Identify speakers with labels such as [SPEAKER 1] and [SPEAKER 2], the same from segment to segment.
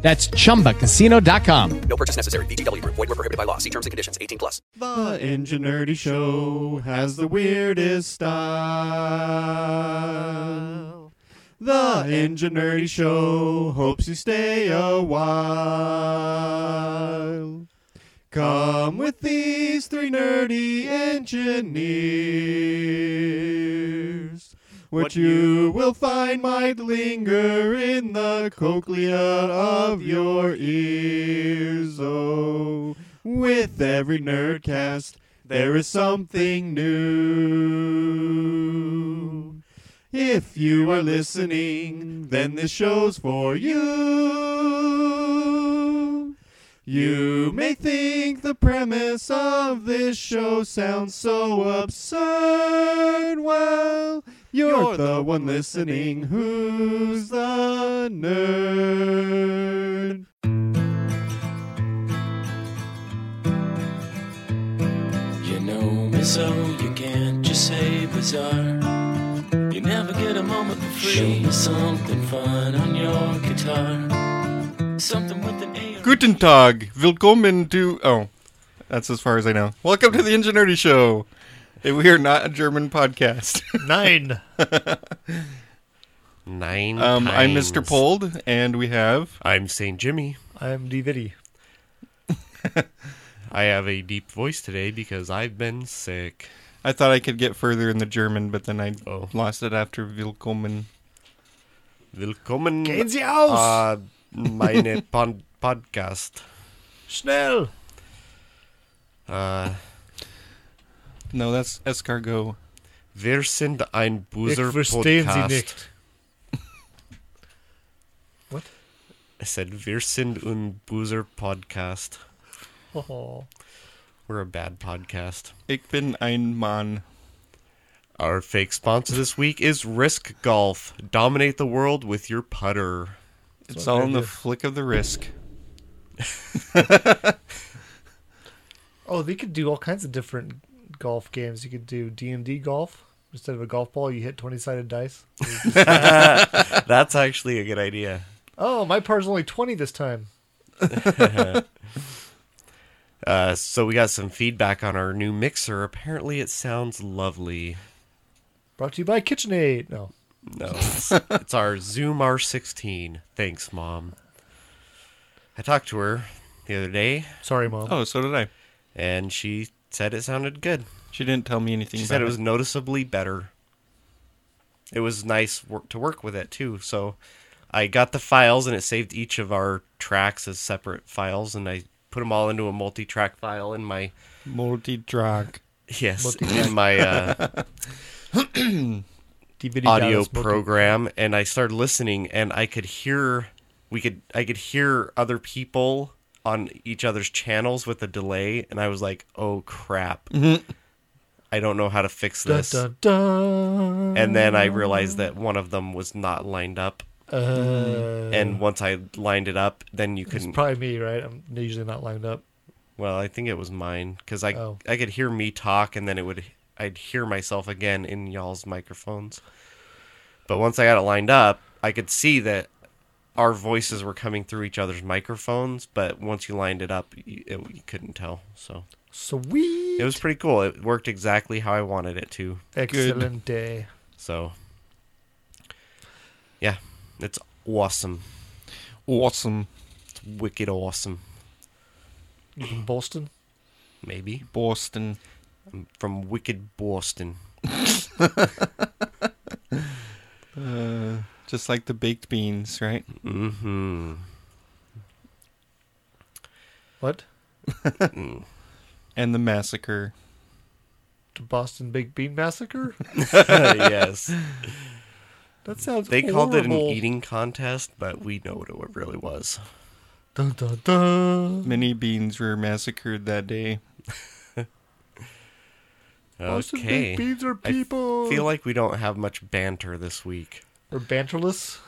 [SPEAKER 1] That's chumbacasino.com.
[SPEAKER 2] No purchase necessary. VGW Group. Void were prohibited by law. See terms and conditions. 18 plus.
[SPEAKER 3] The Ingenuity Show has the weirdest style. The Ingenuity Show hopes you stay a while. Come with these three nerdy engineers. What you will find might linger in the cochlea of your ears. Oh, with every nerdcast, there is something new. If you are listening, then this show's for you. You may think the premise of this show sounds so absurd. Well, you're, the one listening who's the nerd.
[SPEAKER 4] You know me so you can't just say bizarre. You never get a moment for free. Show me something fun on your guitar. Something with an A.
[SPEAKER 5] Guten Tag, willkommen to. Oh, that's as far as I know. Welcome to the Ingenuity Show. Eh, We are not a German podcast.
[SPEAKER 6] Nine.
[SPEAKER 7] Nine.
[SPEAKER 5] Um, I'm
[SPEAKER 7] times.
[SPEAKER 5] Mr. Pold, and we have.
[SPEAKER 7] I'm St. Jimmy.
[SPEAKER 6] I'm DVD.
[SPEAKER 7] I have a deep voice today because I've been sick.
[SPEAKER 5] I thought I could get further in the German, but then I
[SPEAKER 7] Oh.
[SPEAKER 5] lost it after willkommen.
[SPEAKER 7] Willkommen.
[SPEAKER 6] Gehen Sie aus!
[SPEAKER 7] Uh, meine Pod- Podcast.
[SPEAKER 6] Schnell!
[SPEAKER 7] Uh,
[SPEAKER 5] No, that's escargot.
[SPEAKER 7] wir sind ein
[SPEAKER 6] Ich
[SPEAKER 7] Boozer
[SPEAKER 6] verstehen Sie
[SPEAKER 7] Podcast.
[SPEAKER 6] nicht.
[SPEAKER 7] I said, wir sind ein Boozer Podcast.
[SPEAKER 6] Oh.
[SPEAKER 7] We're a bad podcast.
[SPEAKER 5] Ich bin ein Mann.
[SPEAKER 7] Our fake sponsor this week is Risk Golf. Dominate the world with your putter.
[SPEAKER 5] It's all in the flick of the wrist.
[SPEAKER 6] oh, they could do all kinds of different golf games. You could do D and D golf instead of a golf ball. You hit twenty-sided dice.
[SPEAKER 7] That's actually a good idea.
[SPEAKER 6] Oh, my par's only twenty this time.
[SPEAKER 7] Uh, so we got some feedback on our new mixer. Apparently, it sounds lovely.
[SPEAKER 6] Brought to you by KitchenAid. No,
[SPEAKER 7] No, it's, it's our Zoom R16. Thanks, mom. I talked to her the other day,
[SPEAKER 6] sorry, mom.
[SPEAKER 5] Oh, so did I.
[SPEAKER 7] and she said it sounded good.
[SPEAKER 5] She didn't tell me anything.
[SPEAKER 7] She
[SPEAKER 5] about
[SPEAKER 7] said it was noticeably better. It was nice work to work with it too. So I got the files, and it saved each of our tracks as separate files, and I put them all into a multi-track file in my
[SPEAKER 5] multi-drag.
[SPEAKER 7] yes in my. Uh,
[SPEAKER 6] DVD
[SPEAKER 7] audio
[SPEAKER 6] guys, multi-
[SPEAKER 7] program and I started listening and I could hear we could I could hear other people on each other's channels with the delay and I was like, "Oh crap. I don't know how to fix
[SPEAKER 6] Mm-hmm. Dun,
[SPEAKER 7] this."
[SPEAKER 6] dun, dun.
[SPEAKER 7] And then I realized that one of them was not lined up. and once I lined it up, then you
[SPEAKER 6] It's
[SPEAKER 7] couldn't
[SPEAKER 6] probably me, right? I'm usually not lined up.
[SPEAKER 7] Well, I think it was mine cuz I
[SPEAKER 6] Oh.
[SPEAKER 7] I could hear me talk and then it would I'd hear myself again in y'all's microphones. But once I got it lined up, I could see that our voices were coming through each other's microphones, but once you lined it up, you, it, you couldn't tell. So
[SPEAKER 6] Sweet.
[SPEAKER 7] it was pretty cool. It worked exactly how I wanted it to.
[SPEAKER 6] Excellent day.
[SPEAKER 7] So yeah, it's awesome.
[SPEAKER 5] Awesome.
[SPEAKER 7] It's wicked awesome.
[SPEAKER 6] You from Boston?
[SPEAKER 7] Maybe
[SPEAKER 5] Boston.
[SPEAKER 7] from wicked Boston.
[SPEAKER 5] Just like the baked beans, right?
[SPEAKER 7] Mm-hmm.
[SPEAKER 6] What?
[SPEAKER 5] And the massacre.
[SPEAKER 6] The Boston Big Bean Massacre?
[SPEAKER 7] yes.
[SPEAKER 6] That sounds.
[SPEAKER 7] They called it an
[SPEAKER 6] horrible.
[SPEAKER 7] eating contest, but we know what it really was.
[SPEAKER 6] Dun, dun, dun.
[SPEAKER 5] Many beans were massacred that day.
[SPEAKER 6] Boston
[SPEAKER 7] Okay.
[SPEAKER 6] baked beans are
[SPEAKER 7] I
[SPEAKER 6] people.
[SPEAKER 7] feel like we don't have much banter this week.
[SPEAKER 6] We're banterless.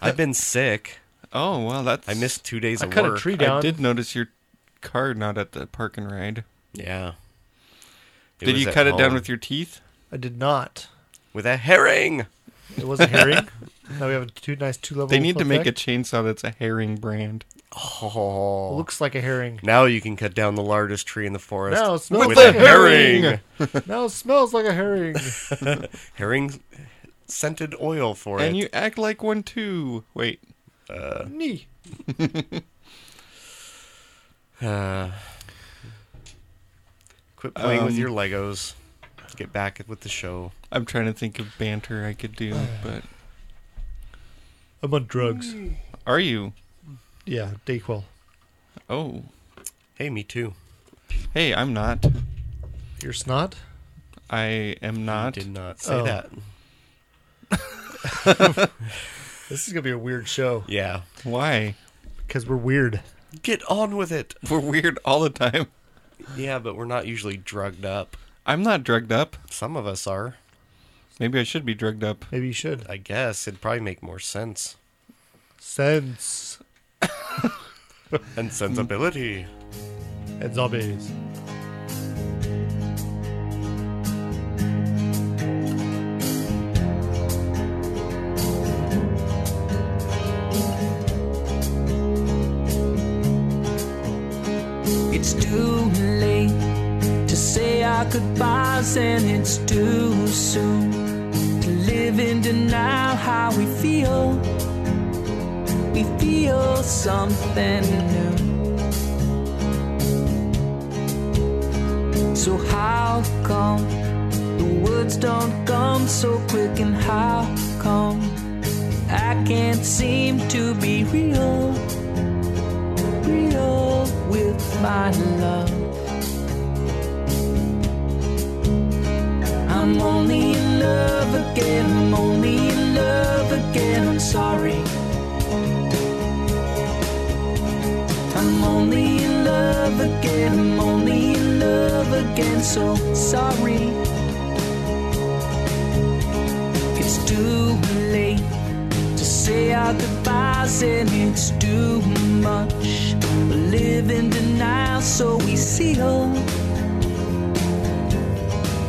[SPEAKER 7] I've been sick.
[SPEAKER 5] Oh well, that's
[SPEAKER 7] I missed two days
[SPEAKER 6] I
[SPEAKER 7] of
[SPEAKER 6] cut
[SPEAKER 7] work.
[SPEAKER 6] a tree
[SPEAKER 5] I
[SPEAKER 6] down.
[SPEAKER 5] did notice your car not at the park and ride.
[SPEAKER 7] Yeah.
[SPEAKER 5] did you cut it down with your teeth?
[SPEAKER 6] I did not.
[SPEAKER 7] with a herring?
[SPEAKER 6] It was a herring. now we have a two nice two level.
[SPEAKER 5] They need to make a chainsaw that's a herring brand.
[SPEAKER 6] It
[SPEAKER 7] Oh.
[SPEAKER 6] looks like a herring.
[SPEAKER 7] Now you can cut down the largest tree in the forest.
[SPEAKER 6] Now it smells
[SPEAKER 7] with
[SPEAKER 6] like
[SPEAKER 7] a
[SPEAKER 6] a
[SPEAKER 7] herring.
[SPEAKER 6] herring. now it smells like a herring.
[SPEAKER 7] Herring scented oil for
[SPEAKER 5] And
[SPEAKER 7] it.
[SPEAKER 5] you act like one too. Wait.
[SPEAKER 6] Knee.
[SPEAKER 7] Uh, quit playing with
[SPEAKER 5] Um,
[SPEAKER 7] your Legos. Get back with the show.
[SPEAKER 5] I'm trying to think of banter I could do, but
[SPEAKER 6] I'm on drugs.
[SPEAKER 5] are you?
[SPEAKER 6] Yeah, Dayquil.
[SPEAKER 5] Oh.
[SPEAKER 7] Hey, me too.
[SPEAKER 5] Hey, I'm not.
[SPEAKER 6] Your snot?
[SPEAKER 5] I am
[SPEAKER 7] I
[SPEAKER 5] not.
[SPEAKER 7] did not say
[SPEAKER 6] Oh.
[SPEAKER 7] that.
[SPEAKER 6] This is gonna be a weird show
[SPEAKER 7] Yeah.
[SPEAKER 5] Why?
[SPEAKER 6] because we're weird.
[SPEAKER 7] Get on with it.
[SPEAKER 5] We're weird all the time.
[SPEAKER 7] Yeah, but we're not usually drugged up.
[SPEAKER 5] I'm not drugged up.
[SPEAKER 7] Some of us are.
[SPEAKER 5] Maybe I should be drugged up.
[SPEAKER 6] Maybe you should
[SPEAKER 7] I guess it'd probably make more sense.
[SPEAKER 6] sense
[SPEAKER 7] And sensibility.
[SPEAKER 6] and zombies.
[SPEAKER 8] It's too late to say our goodbyes, and it's too soon to live in denial how we feel. We feel something new. So, how come the words don't come so quick, and how come I can't seem to be real? real with my love. I'm only in love again, I'm only in love again, I'm sorry. I'm only in love again, I'm only in love again, so sorry. It's too late to say our goodbyes and it's too much. We live in denial, so we seal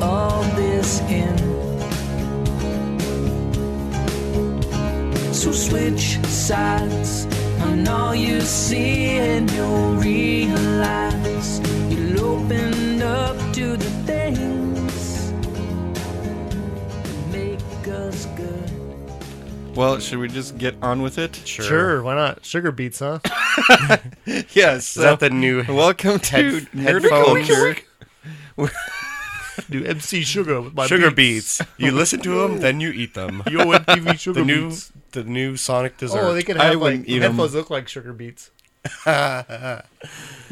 [SPEAKER 8] all this in. So switch sides on all you see, and you'll realize you'll open up to the things that make us good.
[SPEAKER 5] Well, should we just get on with it?
[SPEAKER 7] Sure.
[SPEAKER 6] Sure, why not? Sugar beats, huh?
[SPEAKER 5] Yes.
[SPEAKER 7] Is that the new
[SPEAKER 5] Welcome to
[SPEAKER 7] Head-
[SPEAKER 5] Nerd
[SPEAKER 7] headphones.
[SPEAKER 5] Culture.
[SPEAKER 6] Do MC Sugar with my
[SPEAKER 7] sugar
[SPEAKER 6] beets.
[SPEAKER 7] beets? You listen to them, then you eat them.
[SPEAKER 6] Yo, MTV Sugar
[SPEAKER 7] the new
[SPEAKER 6] Beets.
[SPEAKER 7] the new Sonic dessert.
[SPEAKER 6] Oh, they could
[SPEAKER 5] I
[SPEAKER 6] have like
[SPEAKER 5] wouldn't eat 'em.
[SPEAKER 6] headphones look like sugar beets. we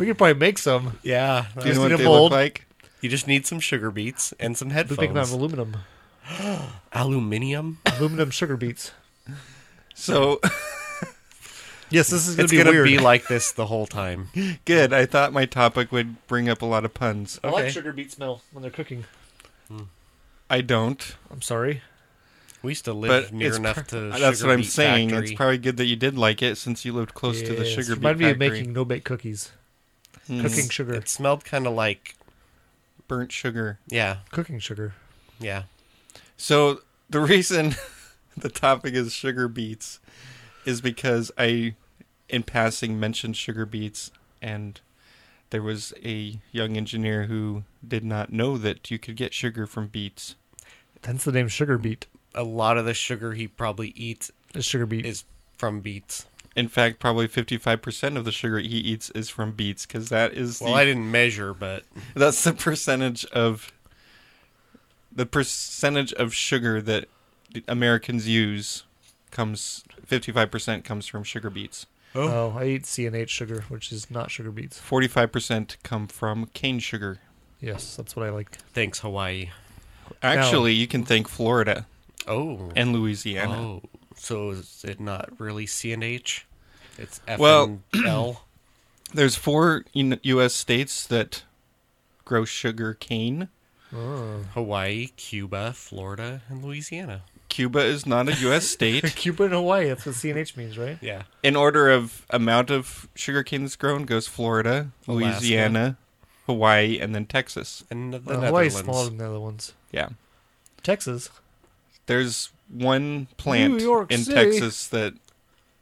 [SPEAKER 6] could probably make some.
[SPEAKER 7] yeah,
[SPEAKER 5] Do you know
[SPEAKER 6] Just
[SPEAKER 5] what
[SPEAKER 6] need a
[SPEAKER 5] they
[SPEAKER 6] mold.
[SPEAKER 5] look like?
[SPEAKER 7] you just need some sugar beets and some
[SPEAKER 6] We make them out of
[SPEAKER 7] headphones.
[SPEAKER 6] aluminum.
[SPEAKER 7] Aluminium.
[SPEAKER 6] aluminum sugar beets.
[SPEAKER 5] So
[SPEAKER 6] Yes, this is gonna
[SPEAKER 7] It's
[SPEAKER 6] be
[SPEAKER 7] gonna
[SPEAKER 6] weird.
[SPEAKER 7] be like this the whole time.
[SPEAKER 5] good. I thought my topic would bring up a lot of puns.
[SPEAKER 6] I
[SPEAKER 7] okay.
[SPEAKER 6] like sugar beet smell when they're cooking.
[SPEAKER 5] I don't.
[SPEAKER 6] I'm sorry.
[SPEAKER 7] We used to live
[SPEAKER 5] But
[SPEAKER 7] near
[SPEAKER 5] it's
[SPEAKER 7] enough
[SPEAKER 5] pr-
[SPEAKER 7] to.
[SPEAKER 5] that's
[SPEAKER 7] sugar
[SPEAKER 5] what I'm
[SPEAKER 7] beet
[SPEAKER 5] saying.
[SPEAKER 7] Factory.
[SPEAKER 5] It's probably good that you did like it since you lived close to the
[SPEAKER 6] Yes,
[SPEAKER 5] sugar beet
[SPEAKER 6] Remind me
[SPEAKER 5] factory.
[SPEAKER 6] of making no bake cookies. Cooking sugar.
[SPEAKER 7] It smelled kind of like
[SPEAKER 5] burnt sugar.
[SPEAKER 7] yeah,
[SPEAKER 6] cooking sugar.
[SPEAKER 7] yeah.
[SPEAKER 5] So the reason the topic is sugar beets is because I, in passing, mentioned sugar beets, and there was a young engineer who did not know that you could get sugar from beets.
[SPEAKER 6] Hence the name sugar beet.
[SPEAKER 7] A lot of the sugar he probably eats
[SPEAKER 6] It's sugar beet.
[SPEAKER 7] is from beets.
[SPEAKER 5] In fact, probably 55% of the sugar he eats is from beets because that is
[SPEAKER 7] Well,
[SPEAKER 5] the,
[SPEAKER 7] I didn't measure, but
[SPEAKER 5] that's the percentage of the percentage of sugar that the Americans use comes 55% comes from sugar beets.
[SPEAKER 6] oh, I eat CNH sugar, which is not sugar beets.
[SPEAKER 5] 45% come from cane sugar.
[SPEAKER 6] Yes, that's what I like.
[SPEAKER 7] thanks Hawaii.
[SPEAKER 5] Actually, you can thank Florida
[SPEAKER 7] Oh,
[SPEAKER 5] and Louisiana.
[SPEAKER 7] oh, so is it not really C and H? It's F
[SPEAKER 5] Well-
[SPEAKER 7] and L.
[SPEAKER 5] There's four un- U.S. states that grow sugar cane.
[SPEAKER 7] Hawaii, Cuba, Florida, and Louisiana.
[SPEAKER 5] Cuba is not a U.S. state.
[SPEAKER 6] Cuba and Hawaii. That's what CNH means, right?
[SPEAKER 7] Yeah.
[SPEAKER 5] In order of amount of sugarcane that's grown goes Florida,
[SPEAKER 7] Alaska.
[SPEAKER 5] Louisiana, Hawaii, and then Texas.
[SPEAKER 7] And the
[SPEAKER 6] Well, Hawaii's
[SPEAKER 7] Netherlands.
[SPEAKER 6] smaller than the other ones.
[SPEAKER 5] Yeah.
[SPEAKER 6] Texas,
[SPEAKER 5] There's one plant
[SPEAKER 6] New York
[SPEAKER 5] in
[SPEAKER 6] City.
[SPEAKER 5] Texas that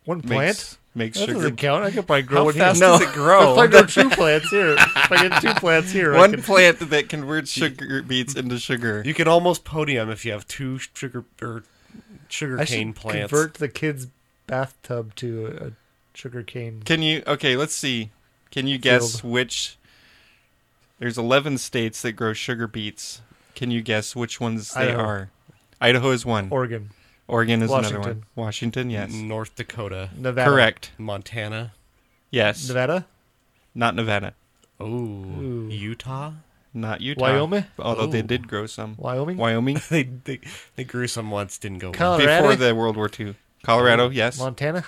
[SPEAKER 6] one plant.
[SPEAKER 5] makes, makes
[SPEAKER 6] That
[SPEAKER 5] sugar.
[SPEAKER 6] doesn't count. I could probably grow
[SPEAKER 7] How
[SPEAKER 6] one
[SPEAKER 7] fast
[SPEAKER 6] here.
[SPEAKER 7] does it grow?
[SPEAKER 6] If I grow two plants here, if I get two plants here, I
[SPEAKER 5] One
[SPEAKER 6] could-
[SPEAKER 5] plant that converts sugar beets into sugar.
[SPEAKER 7] You can almost podium if you have two sugar or sugar
[SPEAKER 6] I
[SPEAKER 7] cane
[SPEAKER 6] should
[SPEAKER 7] plants.
[SPEAKER 6] convert the kids' bathtub to a, a sugar cane.
[SPEAKER 5] Can you? Okay, let's see. Can you guess which? There's 11 states that grow sugar beets. Can you guess which ones they
[SPEAKER 6] Idaho.
[SPEAKER 5] are? Idaho is one.
[SPEAKER 6] Oregon,
[SPEAKER 5] Oregon is another one.
[SPEAKER 6] Washington. Mm,
[SPEAKER 5] Washington, yes.
[SPEAKER 7] North Dakota,
[SPEAKER 6] Nevada,
[SPEAKER 5] Correct.
[SPEAKER 7] Montana.
[SPEAKER 5] Yes.
[SPEAKER 6] Nevada,
[SPEAKER 5] Not Nevada.
[SPEAKER 7] Oh, Utah.
[SPEAKER 5] Not Utah.
[SPEAKER 6] Wyoming?
[SPEAKER 5] Although they
[SPEAKER 7] Ooh.
[SPEAKER 5] did grow some.
[SPEAKER 6] Wyoming,
[SPEAKER 5] Wyoming
[SPEAKER 7] they, they they grew some once, didn't go well.
[SPEAKER 6] Colorado,
[SPEAKER 5] before the World War II. Colorado, yes.
[SPEAKER 6] Montana.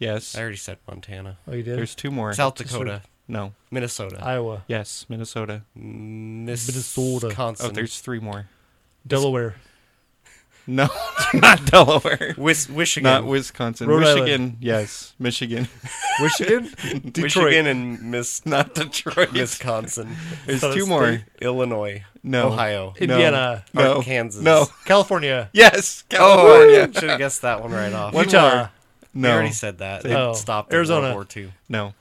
[SPEAKER 5] Yes.
[SPEAKER 7] I already said Montana,
[SPEAKER 6] Oh, you did.
[SPEAKER 5] There's two more.
[SPEAKER 7] South Dakota,
[SPEAKER 5] No.
[SPEAKER 7] Minnesota,
[SPEAKER 6] Iowa,
[SPEAKER 5] Yes, Minnesota.
[SPEAKER 7] Minnesota,
[SPEAKER 6] Uh, Minnesota.
[SPEAKER 5] Oh,
[SPEAKER 7] Wisconsin,
[SPEAKER 5] there's three more.
[SPEAKER 6] Delaware,
[SPEAKER 5] No, not Delaware.
[SPEAKER 7] Wis- Michigan,
[SPEAKER 5] Not Wisconsin.
[SPEAKER 6] Rhode Island.
[SPEAKER 5] Michigan, yes. Michigan.
[SPEAKER 6] Michigan,
[SPEAKER 7] Michigan, and Miss
[SPEAKER 5] not Detroit.
[SPEAKER 7] Wisconsin.
[SPEAKER 5] There's
[SPEAKER 7] Other
[SPEAKER 5] two more.
[SPEAKER 7] state, Illinois,
[SPEAKER 5] No.
[SPEAKER 7] Ohio,
[SPEAKER 5] No.
[SPEAKER 6] Indiana,
[SPEAKER 5] No.
[SPEAKER 7] Or Kansas.
[SPEAKER 5] No.
[SPEAKER 6] California,
[SPEAKER 5] Yes.
[SPEAKER 3] Oh,
[SPEAKER 5] California.
[SPEAKER 7] should have guessed that one right off.
[SPEAKER 5] One
[SPEAKER 6] Utah,
[SPEAKER 5] more.
[SPEAKER 7] I
[SPEAKER 5] No.
[SPEAKER 7] Oh, already said that. It
[SPEAKER 6] Oh.
[SPEAKER 7] stopped
[SPEAKER 6] Arizona.
[SPEAKER 7] Arizona World War II.
[SPEAKER 5] No.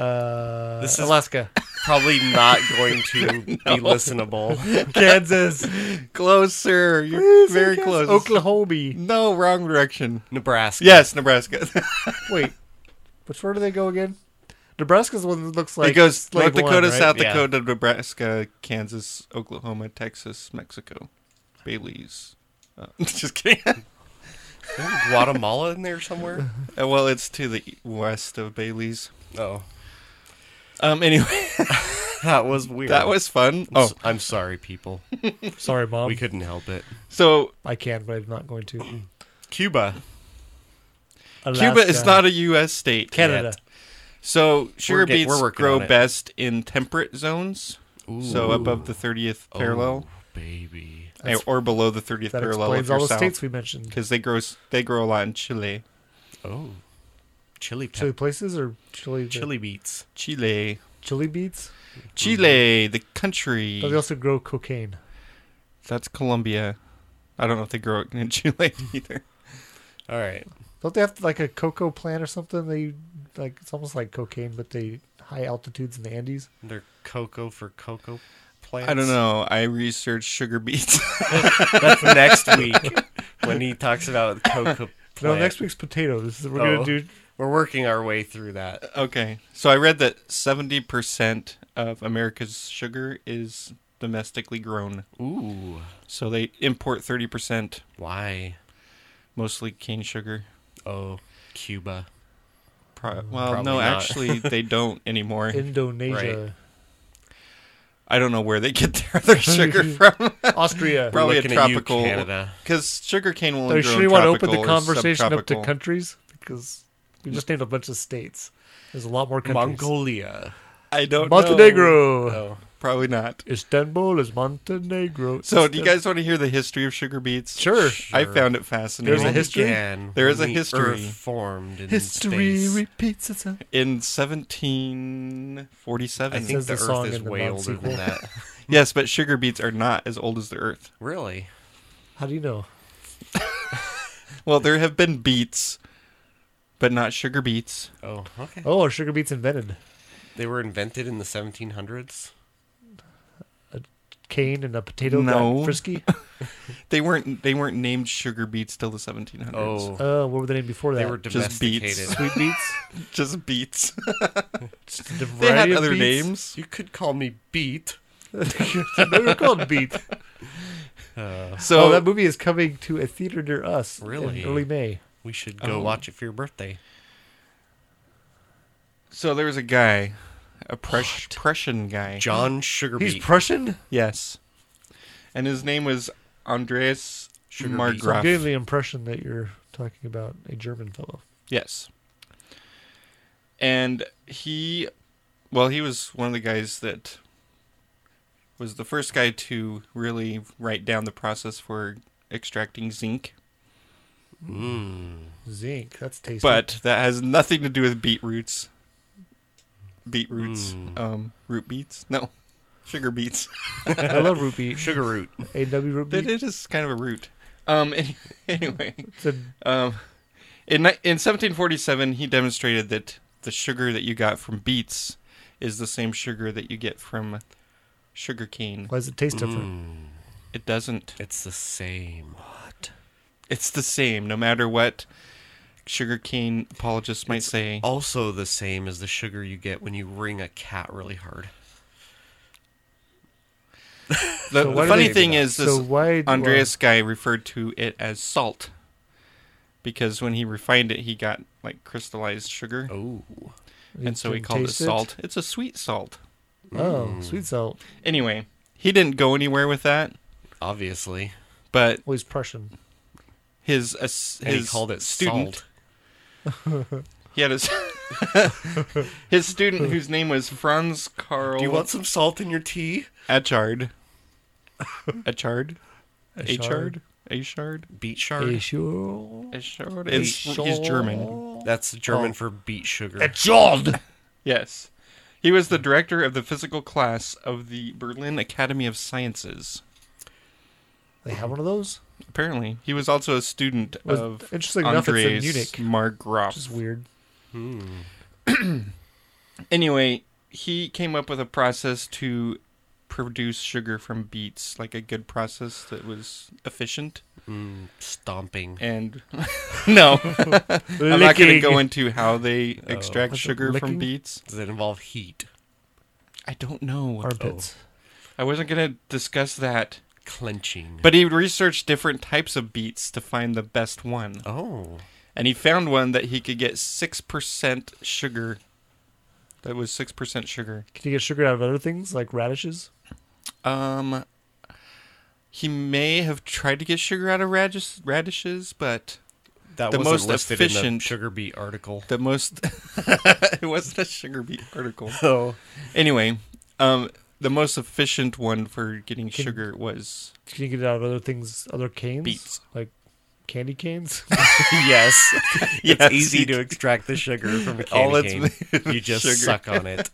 [SPEAKER 6] uh,
[SPEAKER 7] This is-
[SPEAKER 6] Alaska,
[SPEAKER 7] Probably not going to be listenable.
[SPEAKER 6] Kansas,
[SPEAKER 5] Closer. You're very close.
[SPEAKER 6] Oklahoma.
[SPEAKER 5] No, wrong direction.
[SPEAKER 7] Nebraska.
[SPEAKER 5] Yes, Nebraska.
[SPEAKER 6] Wait, which where do they go again? Nebraska's the one that looks like
[SPEAKER 5] it goes North
[SPEAKER 6] slave
[SPEAKER 5] Dakota,
[SPEAKER 6] one, right?
[SPEAKER 5] South
[SPEAKER 7] Yeah.
[SPEAKER 5] Dakota, Nebraska, Kansas, Oklahoma, Texas, Mexico, Bailey's. Uh, just kidding.
[SPEAKER 7] Isn't Guatemala in there somewhere?
[SPEAKER 5] Uh, well, it's to the west of Bailey's.
[SPEAKER 7] Oh,
[SPEAKER 5] Um. Anyway,
[SPEAKER 7] that was weird.
[SPEAKER 5] that was fun. Oh,
[SPEAKER 7] I'm sorry, people.
[SPEAKER 6] Sorry, mom.
[SPEAKER 7] We couldn't help it.
[SPEAKER 5] so
[SPEAKER 6] I can, but I'm not going to.
[SPEAKER 7] Cuba.
[SPEAKER 5] Cuba is not a U.S. state.
[SPEAKER 6] Canada.
[SPEAKER 5] yet. So sugar
[SPEAKER 7] get-
[SPEAKER 5] beets
[SPEAKER 7] we're working
[SPEAKER 5] grow
[SPEAKER 7] on it.
[SPEAKER 5] best in temperate zones. So above the thirtieth parallel,
[SPEAKER 7] Oh, baby.
[SPEAKER 5] eh, or below the thirtieth
[SPEAKER 6] That
[SPEAKER 5] parallel if
[SPEAKER 6] explains
[SPEAKER 5] you're
[SPEAKER 6] all the states
[SPEAKER 5] south,
[SPEAKER 6] we mentioned.
[SPEAKER 5] because they grow s- they grow a lot in Chile.
[SPEAKER 7] Oh, chili. Pep-
[SPEAKER 6] Chili places or chili
[SPEAKER 7] Chili beets.
[SPEAKER 5] Chile,
[SPEAKER 6] chili beets?
[SPEAKER 5] Chile, the
[SPEAKER 6] Mm-hmm. But they
[SPEAKER 5] country.
[SPEAKER 6] also grow cocaine.
[SPEAKER 5] That's Colombia. I don't know if they grow it in Chile either.
[SPEAKER 7] All right.
[SPEAKER 6] Don't they have like a cocoa plant or something? They like it's almost like cocaine, but they high altitudes in the Andes.
[SPEAKER 7] They're cocoa for cocoa plants.
[SPEAKER 5] I don't know. I researched sugar beets.
[SPEAKER 7] That's next week when he talks about cocoa. Plant.
[SPEAKER 6] No, next week's potatoes. We're
[SPEAKER 7] Oh.
[SPEAKER 6] gonna do
[SPEAKER 7] We're working our way through that.
[SPEAKER 5] okay, so I read that seventy percent of America's sugar is domestically grown.
[SPEAKER 7] Ooh.
[SPEAKER 5] So they import thirty percent,
[SPEAKER 7] Why?
[SPEAKER 5] mostly cane sugar.
[SPEAKER 7] Oh, Cuba.
[SPEAKER 5] Pro-
[SPEAKER 6] Mm,
[SPEAKER 5] well,
[SPEAKER 7] probably
[SPEAKER 5] no,
[SPEAKER 7] not.
[SPEAKER 5] actually, they don't anymore.
[SPEAKER 6] Indonesia,
[SPEAKER 5] I don't know where they get their other sugar from.
[SPEAKER 6] Austria.
[SPEAKER 7] We're
[SPEAKER 5] Probably a
[SPEAKER 7] looking at you,
[SPEAKER 5] tropical-
[SPEAKER 7] Canada.
[SPEAKER 5] Because sugarcane will
[SPEAKER 6] So
[SPEAKER 5] only
[SPEAKER 6] should
[SPEAKER 5] grow
[SPEAKER 6] we
[SPEAKER 5] in
[SPEAKER 6] want to open
[SPEAKER 5] tropical
[SPEAKER 6] the
[SPEAKER 5] or
[SPEAKER 6] conversation up to
[SPEAKER 5] subtropical.
[SPEAKER 6] countries because we just named a bunch of states. There's a lot more countries.
[SPEAKER 7] Mongolia.
[SPEAKER 5] I don't know.
[SPEAKER 6] Montenegro.
[SPEAKER 5] Probably not.
[SPEAKER 6] Istanbul is Montenegro.
[SPEAKER 5] So, do you guys want to hear the history of sugar beets?
[SPEAKER 6] Sure.
[SPEAKER 5] I
[SPEAKER 7] Sure.
[SPEAKER 5] found it fascinating.
[SPEAKER 6] There's a history?
[SPEAKER 7] Began
[SPEAKER 5] There is
[SPEAKER 7] when
[SPEAKER 5] a
[SPEAKER 7] the
[SPEAKER 5] history.
[SPEAKER 7] Earth formed in
[SPEAKER 6] history
[SPEAKER 7] space.
[SPEAKER 6] repeats itself.
[SPEAKER 5] In 1747.
[SPEAKER 7] I think
[SPEAKER 6] Says
[SPEAKER 7] the,
[SPEAKER 6] the song
[SPEAKER 7] Earth is
[SPEAKER 6] in the
[SPEAKER 7] way older
[SPEAKER 6] non-sequel.
[SPEAKER 7] than that.
[SPEAKER 5] yes, but sugar beets are not as old as the earth.
[SPEAKER 7] really?
[SPEAKER 6] How do you know?
[SPEAKER 5] Well, there have been beets, but not sugar beets.
[SPEAKER 7] Oh, okay.
[SPEAKER 6] Oh, are sugar beets invented?
[SPEAKER 7] They were invented in the 1700s.
[SPEAKER 6] Cane and a potato
[SPEAKER 5] No.
[SPEAKER 6] got frisky.
[SPEAKER 5] They weren't they weren't named sugar beets till the 1700s.
[SPEAKER 7] Oh,
[SPEAKER 6] Uh, what were the name before that?
[SPEAKER 7] they were
[SPEAKER 5] Just beets.
[SPEAKER 7] domesticated.
[SPEAKER 6] sweet beets.
[SPEAKER 5] Just beets.
[SPEAKER 6] Just a
[SPEAKER 5] they had
[SPEAKER 6] variety of
[SPEAKER 5] other
[SPEAKER 6] beets.
[SPEAKER 5] names.
[SPEAKER 7] you could call me Beet.
[SPEAKER 6] they were called beets.
[SPEAKER 5] So
[SPEAKER 6] oh, that movie is coming to a theater near us.
[SPEAKER 7] Really?
[SPEAKER 6] In early May.
[SPEAKER 7] We should go
[SPEAKER 5] Oh.
[SPEAKER 7] watch it for your birthday.
[SPEAKER 5] So there was a guy, a Prush, Prussian guy.
[SPEAKER 7] John Sugarbeet.
[SPEAKER 6] He's Prussian.
[SPEAKER 5] Yes. And his name was Andreas
[SPEAKER 7] Sugar
[SPEAKER 6] So I'm
[SPEAKER 5] Margraf.
[SPEAKER 6] getting the impression that you're talking about a German fellow.
[SPEAKER 5] Yes. And he, well, he was one of the guys that was the first guy to really write down the process for extracting zinc.
[SPEAKER 6] Zinc. That's tasty.
[SPEAKER 5] But that has nothing to do with beetroots. Beetroots. Um, root beets? No. Sugar beets.
[SPEAKER 6] I love root beer.
[SPEAKER 7] Sugar root.
[SPEAKER 6] AW root
[SPEAKER 5] That
[SPEAKER 6] beer.
[SPEAKER 5] it is kind of a root. Um, any- anyway.
[SPEAKER 6] It's a
[SPEAKER 5] Um, in, ni- in 1747, he demonstrated that the sugar that you got from beets is the same sugar that you get from sugarcane.
[SPEAKER 6] Why does it taste different?
[SPEAKER 5] It doesn't.
[SPEAKER 7] It's the same.
[SPEAKER 5] It's the same, no matter what sugarcane apologists might say.
[SPEAKER 7] Also the same as the sugar you get when you wring a cat really hard.
[SPEAKER 5] The,
[SPEAKER 6] So
[SPEAKER 5] the
[SPEAKER 6] why do
[SPEAKER 5] funny
[SPEAKER 6] they-
[SPEAKER 5] thing is, this
[SPEAKER 6] so why-
[SPEAKER 5] Andreas guy referred to it as salt because when he refined it, he got like crystallized sugar,
[SPEAKER 7] Oh.
[SPEAKER 5] and so he
[SPEAKER 6] can
[SPEAKER 5] called it
[SPEAKER 6] taste
[SPEAKER 5] salt. It's a sweet salt. Mm.
[SPEAKER 6] Oh, sweet salt.
[SPEAKER 5] Anyway, he didn't go anywhere with that,
[SPEAKER 7] Obviously.
[SPEAKER 5] but
[SPEAKER 6] Well, he's Prussian.
[SPEAKER 5] his ass-
[SPEAKER 7] And
[SPEAKER 5] his
[SPEAKER 7] he called it
[SPEAKER 5] student.
[SPEAKER 7] salt.
[SPEAKER 5] He had his his student whose name was Franz Karl
[SPEAKER 7] Do you want some salt in your tea?
[SPEAKER 5] Achard. Achard.
[SPEAKER 6] Achard.
[SPEAKER 5] Achard. Achard.
[SPEAKER 7] Beet shard?
[SPEAKER 6] sure?
[SPEAKER 5] Achard. It's, he's German.
[SPEAKER 7] That's German
[SPEAKER 5] Oh.
[SPEAKER 7] for beet sugar.
[SPEAKER 5] Yes. He was
[SPEAKER 6] Hmm.
[SPEAKER 5] the director of the physical class of the Berlin Academy of Sciences.
[SPEAKER 6] They have one of those?
[SPEAKER 5] Apparently, he was also a student
[SPEAKER 6] Was-
[SPEAKER 5] of
[SPEAKER 6] interesting enough, it's in
[SPEAKER 5] Andreas
[SPEAKER 6] Munich.
[SPEAKER 5] Marggraf.
[SPEAKER 6] Which is weird.
[SPEAKER 5] anyway, he came up with a process to produce sugar from beets, like a good process that was efficient.
[SPEAKER 7] Stomping.
[SPEAKER 5] And no, I'm not going to go into how they extract
[SPEAKER 6] Oh, Was it
[SPEAKER 5] sugar from
[SPEAKER 6] licking?
[SPEAKER 5] beets.
[SPEAKER 7] Does it involve heat?
[SPEAKER 5] I don't know. Oh,
[SPEAKER 6] armpits.
[SPEAKER 5] I wasn't going to discuss that.
[SPEAKER 7] Clenching.
[SPEAKER 5] But he researched different types of beets to find the best one.
[SPEAKER 7] oh.
[SPEAKER 5] And he found one that he could get 6% sugar. That was 6% sugar.
[SPEAKER 6] Can you get sugar out of other things like radishes?
[SPEAKER 5] Um, he may have tried to get sugar out of radish, radishes, but
[SPEAKER 7] That
[SPEAKER 5] The
[SPEAKER 7] wasn't
[SPEAKER 5] most
[SPEAKER 7] listed in the
[SPEAKER 5] efficient-
[SPEAKER 7] sugar beet article.
[SPEAKER 5] the most it wasn't a sugar beet article. Oh. Anyway, um, the most efficient one for getting
[SPEAKER 6] Can-
[SPEAKER 5] sugar was
[SPEAKER 6] Can you get it out of other things, other canes?
[SPEAKER 5] Beets.
[SPEAKER 6] Like candy canes?
[SPEAKER 7] yes.
[SPEAKER 5] yes,
[SPEAKER 7] It's easy to extract the sugar from a
[SPEAKER 5] All
[SPEAKER 7] candy
[SPEAKER 5] it's
[SPEAKER 7] cane. You just
[SPEAKER 5] sugar.
[SPEAKER 7] suck on it.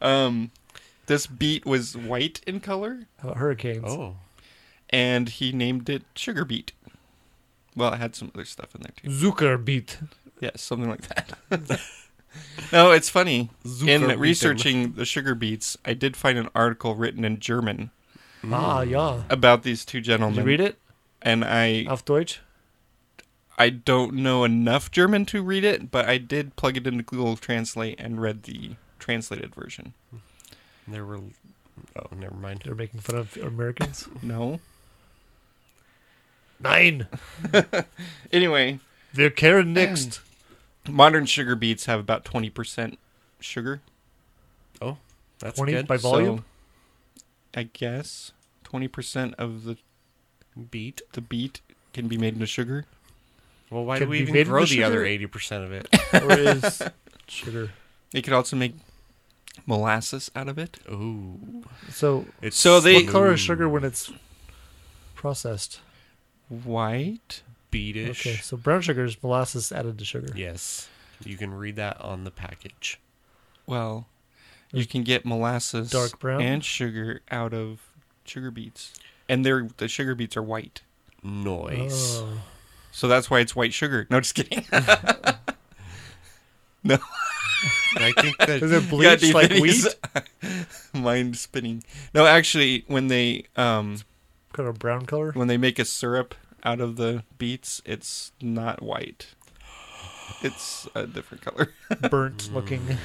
[SPEAKER 5] Um, this beet was white in color,
[SPEAKER 6] How about hurricanes?
[SPEAKER 7] Oh.
[SPEAKER 5] and he named it sugar beet. Well, it had some other stuff in there too.
[SPEAKER 6] Zucker beet.
[SPEAKER 5] Yeah, something like that. no, it's funny. in
[SPEAKER 7] Zuckerbeeten.
[SPEAKER 5] researching the sugar beets, I did find an article written in German
[SPEAKER 6] Ah, yeah.
[SPEAKER 5] about these two
[SPEAKER 6] Did
[SPEAKER 5] gentlemen.
[SPEAKER 6] you read it?
[SPEAKER 5] And I
[SPEAKER 6] Auf Deutsch?
[SPEAKER 5] I don't know enough German to read it, but I did plug it into Google Translate and read the translated version.
[SPEAKER 7] There were. Oh, never mind.
[SPEAKER 6] They're making fun of Americans.
[SPEAKER 5] No.
[SPEAKER 6] Nine.
[SPEAKER 5] Anyway,
[SPEAKER 6] They're Karen next.
[SPEAKER 5] modern sugar beets have about 20% sugar.
[SPEAKER 7] Oh, that's
[SPEAKER 6] 20
[SPEAKER 7] good.
[SPEAKER 6] by volume?
[SPEAKER 5] So, I guess 20% of the,
[SPEAKER 7] beet.
[SPEAKER 5] the beet can be made into sugar.
[SPEAKER 7] Well, why
[SPEAKER 6] Could
[SPEAKER 7] do we
[SPEAKER 6] be
[SPEAKER 7] even
[SPEAKER 6] made
[SPEAKER 7] grow the
[SPEAKER 6] into
[SPEAKER 7] other
[SPEAKER 6] sugar.
[SPEAKER 7] eighty percent of it?
[SPEAKER 6] Or is sugar?
[SPEAKER 5] They could also make molasses out of it.
[SPEAKER 7] Ooh,
[SPEAKER 6] So
[SPEAKER 7] it's
[SPEAKER 5] So they-
[SPEAKER 6] what color is sugar when it's processed?
[SPEAKER 5] White?
[SPEAKER 7] beetish.
[SPEAKER 6] Okay, so brown sugar is molasses added to sugar.
[SPEAKER 7] Yes, you can read that on the package.
[SPEAKER 5] Well, you can get molasses
[SPEAKER 6] Dark brown?
[SPEAKER 5] and sugar out of sugar beets. And they're the sugar beets are white.
[SPEAKER 7] Noise.
[SPEAKER 6] Oh.
[SPEAKER 5] So that's why it's white sugar. No, just kidding.
[SPEAKER 7] I think that
[SPEAKER 6] Is it bleached like wheat?
[SPEAKER 5] Mind spinning. No, actually, when they um
[SPEAKER 6] Kind of brown color.
[SPEAKER 5] when they make a syrup out of the beets, it's not white. It's a different color.
[SPEAKER 6] burnt looking.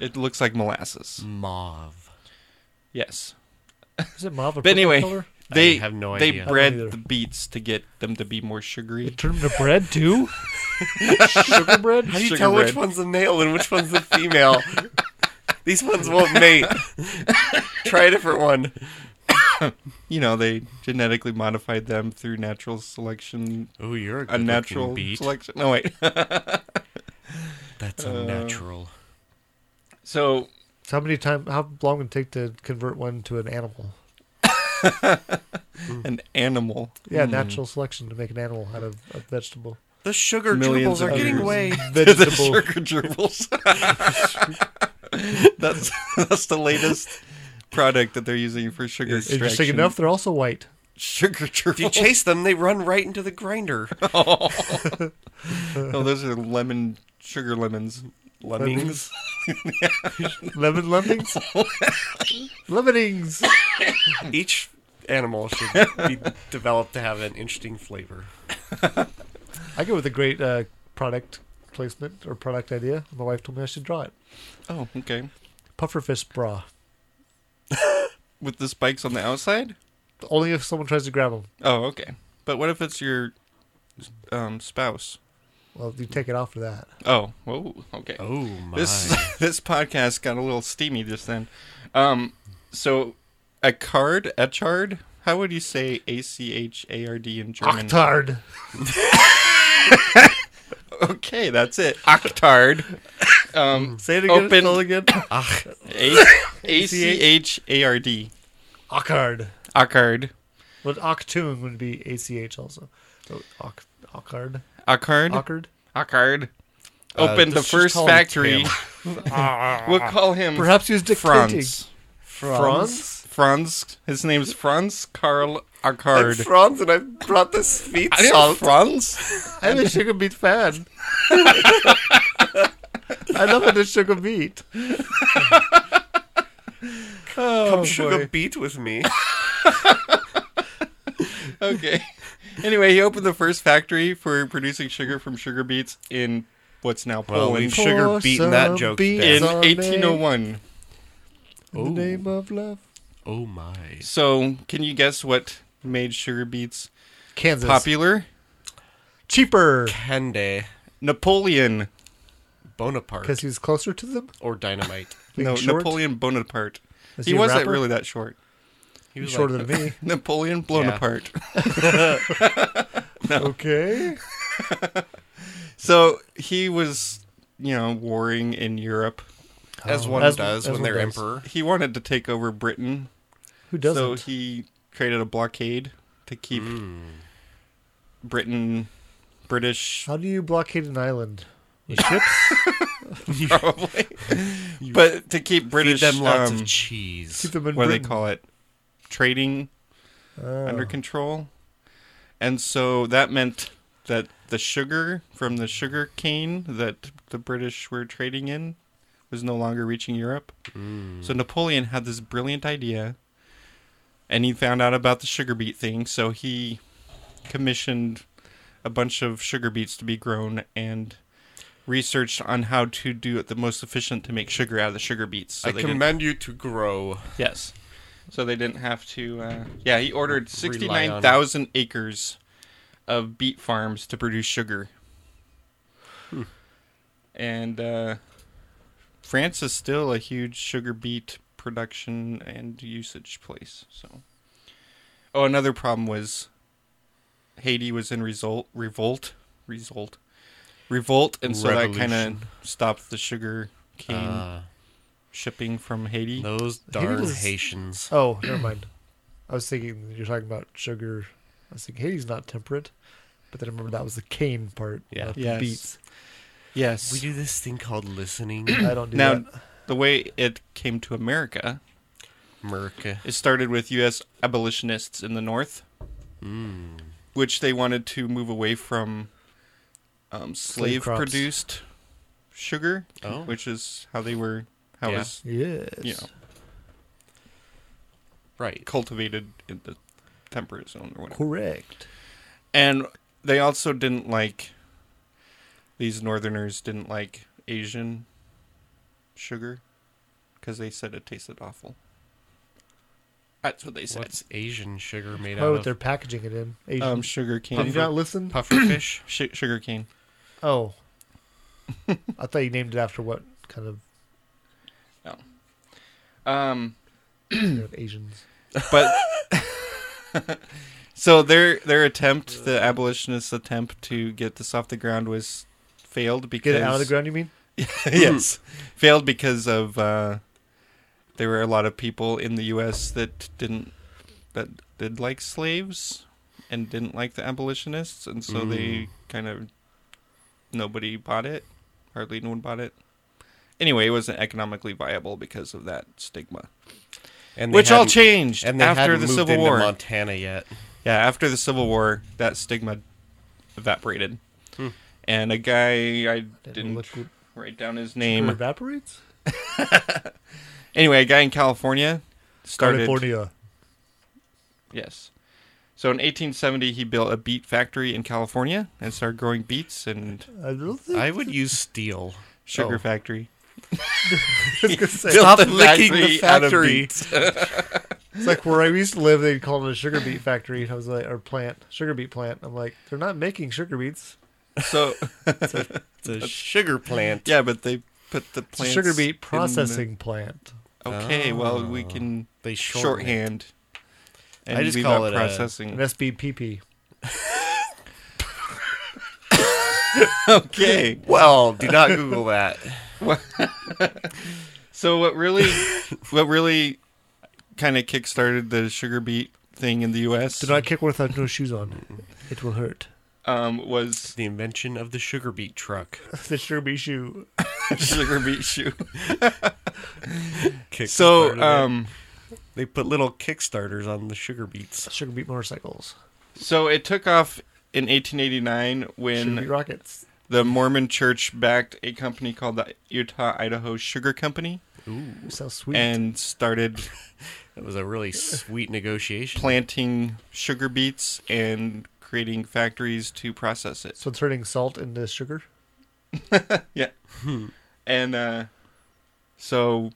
[SPEAKER 5] It looks like
[SPEAKER 7] Mm.
[SPEAKER 5] molasses.
[SPEAKER 7] mauve.
[SPEAKER 5] Yes.
[SPEAKER 6] Is it mauve?
[SPEAKER 5] But anyway,
[SPEAKER 6] color?
[SPEAKER 5] they
[SPEAKER 7] have no
[SPEAKER 5] they
[SPEAKER 7] idea.
[SPEAKER 6] I don't
[SPEAKER 5] bred
[SPEAKER 6] either.
[SPEAKER 5] the beets to get them to be more sugary.
[SPEAKER 6] It turned into bread too. sugar bread.
[SPEAKER 7] How do you
[SPEAKER 5] Sugar
[SPEAKER 7] tell
[SPEAKER 5] bread.
[SPEAKER 7] which one's a male and which one's a female? These ones won't mate. Try a different one.
[SPEAKER 5] You know, they genetically modified them through natural selection,
[SPEAKER 7] Oh, you're a,
[SPEAKER 5] a
[SPEAKER 7] good-looking
[SPEAKER 5] natural
[SPEAKER 7] beet.
[SPEAKER 5] selection. No wait.
[SPEAKER 7] uh, That's unnatural.
[SPEAKER 5] So
[SPEAKER 6] So how many time? How long would it take to convert one to an animal?
[SPEAKER 5] An animal.
[SPEAKER 7] Hmm.
[SPEAKER 6] Yeah, natural selection to make an animal out of a vegetable.
[SPEAKER 7] The sugar
[SPEAKER 5] Millions
[SPEAKER 7] gerbils
[SPEAKER 5] of
[SPEAKER 7] are getting
[SPEAKER 5] years.
[SPEAKER 7] away.
[SPEAKER 5] the
[SPEAKER 6] Vegetable.
[SPEAKER 5] sugar gerbils. that's that's the latest product that they're using for sugar
[SPEAKER 6] Interesting
[SPEAKER 5] extraction.
[SPEAKER 6] enough, they're also white.
[SPEAKER 5] Sugar
[SPEAKER 7] If you
[SPEAKER 5] gerbils.
[SPEAKER 7] chase them, they run right into the grinder.
[SPEAKER 5] No, those are lemon sugar lemons. Lemmings.
[SPEAKER 6] Lemon lemmings. Lemonings.
[SPEAKER 7] Each animal should be developed to have an interesting flavor.
[SPEAKER 6] I go with a great uh, product placement or product idea. My wife told me I should draw it.
[SPEAKER 5] Oh, okay.
[SPEAKER 6] Pufferfish bra.
[SPEAKER 5] With the spikes on the outside.
[SPEAKER 6] Only if someone tries to grab them.
[SPEAKER 5] Oh, okay. But what if it's your um, spouse?
[SPEAKER 6] Well, you take it off for that.
[SPEAKER 5] Oh, whoa, okay.
[SPEAKER 7] Oh my!
[SPEAKER 5] This this podcast got a little steamy just then. Um, so a card, a chard. How would you say A C H A R D in German?
[SPEAKER 6] Octard.
[SPEAKER 5] Okay, that's it. Octard. Um,
[SPEAKER 6] Say it again.
[SPEAKER 5] Open.
[SPEAKER 6] Spell it again.
[SPEAKER 5] A C H A R D.
[SPEAKER 6] Ockard.
[SPEAKER 5] Ockard.
[SPEAKER 6] Well, Octoon would be ACH also. Oh, So, Ock, Ockard.
[SPEAKER 5] Ockard.
[SPEAKER 6] Ockard.
[SPEAKER 5] Ockard. Opened the
[SPEAKER 7] let's just
[SPEAKER 5] first
[SPEAKER 7] call him
[SPEAKER 5] factory. we'll call him
[SPEAKER 6] Perhaps he was dictating.
[SPEAKER 5] Franz. Franz. His name's Franz Karl Ockard.
[SPEAKER 7] Franz, and I brought this feet
[SPEAKER 5] I know Franz.
[SPEAKER 6] I'm a sugar beet fan. I love it, it's sugar beet.
[SPEAKER 7] Come sugar beet with me.
[SPEAKER 5] Okay. Anyway, he opened the first factory for producing sugar from sugar beets in what's now
[SPEAKER 7] Well,
[SPEAKER 5] Poland
[SPEAKER 7] we've sugar
[SPEAKER 6] Pour
[SPEAKER 7] beaten that
[SPEAKER 6] some
[SPEAKER 7] joke
[SPEAKER 6] beets
[SPEAKER 5] in
[SPEAKER 7] down.
[SPEAKER 6] on me
[SPEAKER 5] 1801.
[SPEAKER 6] In the name of love.
[SPEAKER 7] Oh my!
[SPEAKER 5] So, can you guess what made sugar beets
[SPEAKER 6] Kansas.
[SPEAKER 5] popular?
[SPEAKER 6] Cheaper.
[SPEAKER 7] Candy
[SPEAKER 5] Napoleon.
[SPEAKER 7] Bonaparte
[SPEAKER 6] Because he's closer to them.
[SPEAKER 7] or dynamite.
[SPEAKER 6] Being
[SPEAKER 5] no,
[SPEAKER 6] short?
[SPEAKER 5] Napoleon Bonaparte.
[SPEAKER 6] Is
[SPEAKER 5] He,
[SPEAKER 6] he a
[SPEAKER 5] wasn't
[SPEAKER 6] rapper?
[SPEAKER 5] really that short.
[SPEAKER 7] He
[SPEAKER 6] He's
[SPEAKER 7] was
[SPEAKER 6] shorter
[SPEAKER 7] like,
[SPEAKER 6] than me.
[SPEAKER 5] Napoleon Bonaparte.
[SPEAKER 6] Okay.
[SPEAKER 5] So, he was, you know, warring in Europe.
[SPEAKER 7] as one
[SPEAKER 6] As-
[SPEAKER 7] does
[SPEAKER 6] as
[SPEAKER 7] when
[SPEAKER 6] one
[SPEAKER 7] they're
[SPEAKER 6] does.
[SPEAKER 7] emperor.
[SPEAKER 5] He wanted to take over Britain.
[SPEAKER 6] Who doesn't? Hmm.
[SPEAKER 5] So, he created a blockade to keep Britain, British,
[SPEAKER 6] How do you blockade an island? With ships?
[SPEAKER 5] probably. but to keep British,
[SPEAKER 7] Feed them lots
[SPEAKER 5] um,
[SPEAKER 7] of cheese.
[SPEAKER 6] Keep them in
[SPEAKER 5] what do they
[SPEAKER 6] Britain. Oh.
[SPEAKER 5] call it, trading under control. And so that meant that the sugar from the sugar cane that the British were trading in was no longer reaching Europe.
[SPEAKER 6] Mm.
[SPEAKER 5] So Napoleon had this brilliant idea, and he found out about the sugar beet thing. So he commissioned a bunch of sugar beets to be grown and researched on how to do it the most efficient to make sugar out of the sugar beets. So
[SPEAKER 7] I
[SPEAKER 5] they didn't-
[SPEAKER 7] command you to grow.
[SPEAKER 5] Yes. So they didn't have to. Uh, yeah, he ordered
[SPEAKER 7] Rely on-
[SPEAKER 5] 69,000 acres of beet farms to produce sugar.
[SPEAKER 7] Hmm.
[SPEAKER 5] And uh, France is still a huge sugar beet production and usage place. So, oh, another problem was Haiti was in result revolt, revolt, revolt, and so that kind
[SPEAKER 7] Revolution.
[SPEAKER 5] of stopped the sugar cane
[SPEAKER 7] Uh,
[SPEAKER 5] shipping from Haiti.
[SPEAKER 7] those darn
[SPEAKER 6] does-
[SPEAKER 7] Haitians.
[SPEAKER 6] Oh, never mind. I was thinking you're talking about sugar. I was thinking Haiti's not temperate, but then I remember that was the cane part.
[SPEAKER 7] Yeah.
[SPEAKER 6] not the
[SPEAKER 5] Yes.
[SPEAKER 6] beets.
[SPEAKER 5] Yes,
[SPEAKER 7] We do this thing called listening.
[SPEAKER 6] I don't do
[SPEAKER 5] Now,
[SPEAKER 6] that.
[SPEAKER 5] the way it came to America,
[SPEAKER 7] America.
[SPEAKER 5] it started with U.S. abolitionists in the North, which they wanted to move away from um,
[SPEAKER 6] Slave crops.
[SPEAKER 5] slave-produced sugar,
[SPEAKER 7] Oh.
[SPEAKER 5] which is how they were how it
[SPEAKER 7] Yeah.
[SPEAKER 5] was
[SPEAKER 6] Yes.
[SPEAKER 5] you know
[SPEAKER 7] Right.
[SPEAKER 5] cultivated in the temperate zone or whatever.
[SPEAKER 6] Correct.
[SPEAKER 5] And they also didn't like these Northerners didn't like Asian sugar because they said it tasted awful. That's what they said.
[SPEAKER 7] What's Asian sugar made
[SPEAKER 6] Probably what
[SPEAKER 7] out
[SPEAKER 6] they're
[SPEAKER 7] of?
[SPEAKER 6] packaging it in. Asian.
[SPEAKER 5] Um, sugar
[SPEAKER 6] Did
[SPEAKER 5] cane.
[SPEAKER 6] you not listen?
[SPEAKER 7] Pufferfish.
[SPEAKER 5] Sh- sugar cane.
[SPEAKER 6] Oh. I thought you named it after what kind of
[SPEAKER 5] Um,
[SPEAKER 6] you know, Asians.
[SPEAKER 5] but so their their attempt, the abolitionists' attempt to get this off the ground was failed because
[SPEAKER 6] Get it out of the ground, you mean?
[SPEAKER 5] yes, failed because Mm-hmm. of uh, there were a lot of people in the U.S. that didn't that did like slaves and didn't like the abolitionists, and so
[SPEAKER 7] Mm.
[SPEAKER 5] they kind of nobody bought it. Hardly anyone bought it. Anyway, it wasn't economically viable because of that stigma,
[SPEAKER 7] and they
[SPEAKER 5] which all
[SPEAKER 7] hadn't-
[SPEAKER 5] changed
[SPEAKER 7] and they
[SPEAKER 5] after
[SPEAKER 7] hadn't
[SPEAKER 5] the
[SPEAKER 7] moved
[SPEAKER 5] Civil
[SPEAKER 7] into
[SPEAKER 5] War.
[SPEAKER 7] Montana yet.
[SPEAKER 5] Yeah, after the Civil War, that stigma evaporated.
[SPEAKER 7] Hmm.
[SPEAKER 5] And a guy, I didn't
[SPEAKER 6] liquid
[SPEAKER 5] write down his
[SPEAKER 6] sugar
[SPEAKER 5] name.
[SPEAKER 6] evaporates.
[SPEAKER 5] Anyway, a guy in California started.
[SPEAKER 6] California.
[SPEAKER 5] Yes. So in 1870, he built a beet factory in California and started growing beets and
[SPEAKER 6] I don't think
[SPEAKER 7] I would use steel.
[SPEAKER 5] sugar
[SPEAKER 7] Oh.
[SPEAKER 5] factory.
[SPEAKER 6] I was gonna say.
[SPEAKER 7] Stop
[SPEAKER 5] the
[SPEAKER 7] licking
[SPEAKER 5] factory
[SPEAKER 7] the
[SPEAKER 5] out of
[SPEAKER 7] factory.
[SPEAKER 5] beets.
[SPEAKER 6] It's like where I used to live, they called it a sugar beet factory. and I was like, or plant, sugar beet plant. I'm like, they're not making sugar beets.
[SPEAKER 5] So
[SPEAKER 7] It's a sugar plant.
[SPEAKER 5] yeah, but they put the
[SPEAKER 6] It's a
[SPEAKER 5] plants
[SPEAKER 6] sugar
[SPEAKER 5] in
[SPEAKER 6] beet
[SPEAKER 5] the-
[SPEAKER 6] processing plant.
[SPEAKER 5] okay, well we can
[SPEAKER 7] Oh. They shorten it.
[SPEAKER 5] shorthand. And
[SPEAKER 7] I just
[SPEAKER 5] leave
[SPEAKER 7] call
[SPEAKER 5] out
[SPEAKER 7] it a-
[SPEAKER 6] An
[SPEAKER 5] processing.
[SPEAKER 6] SBPP.
[SPEAKER 5] okay.
[SPEAKER 7] Well, do not Google that.
[SPEAKER 5] So what really, what really, kind of kickstarted the sugar beet thing in the U.S.
[SPEAKER 6] Do not kick without no shoes on. It will hurt.
[SPEAKER 5] um, was
[SPEAKER 7] The invention of the sugar beet truck.
[SPEAKER 6] The sugar beet shoe.
[SPEAKER 5] sugar beet shoe.
[SPEAKER 7] Kick
[SPEAKER 5] So
[SPEAKER 7] started it.
[SPEAKER 5] um,
[SPEAKER 7] they put little kickstarters on the sugar beets.
[SPEAKER 6] Sugar beet motorcycles.
[SPEAKER 5] so it took off in 1889
[SPEAKER 6] Sugar beet
[SPEAKER 5] when
[SPEAKER 6] rockets.
[SPEAKER 5] the Mormon Church backed a company called the Utah Idaho Sugar Company
[SPEAKER 6] Ooh, sounds sweet.
[SPEAKER 5] and started
[SPEAKER 7] That was a really sweet negotiation.
[SPEAKER 5] planting sugar beets and creating factories to process it.
[SPEAKER 6] so it's turning salt into sugar.
[SPEAKER 5] Yeah. And uh, so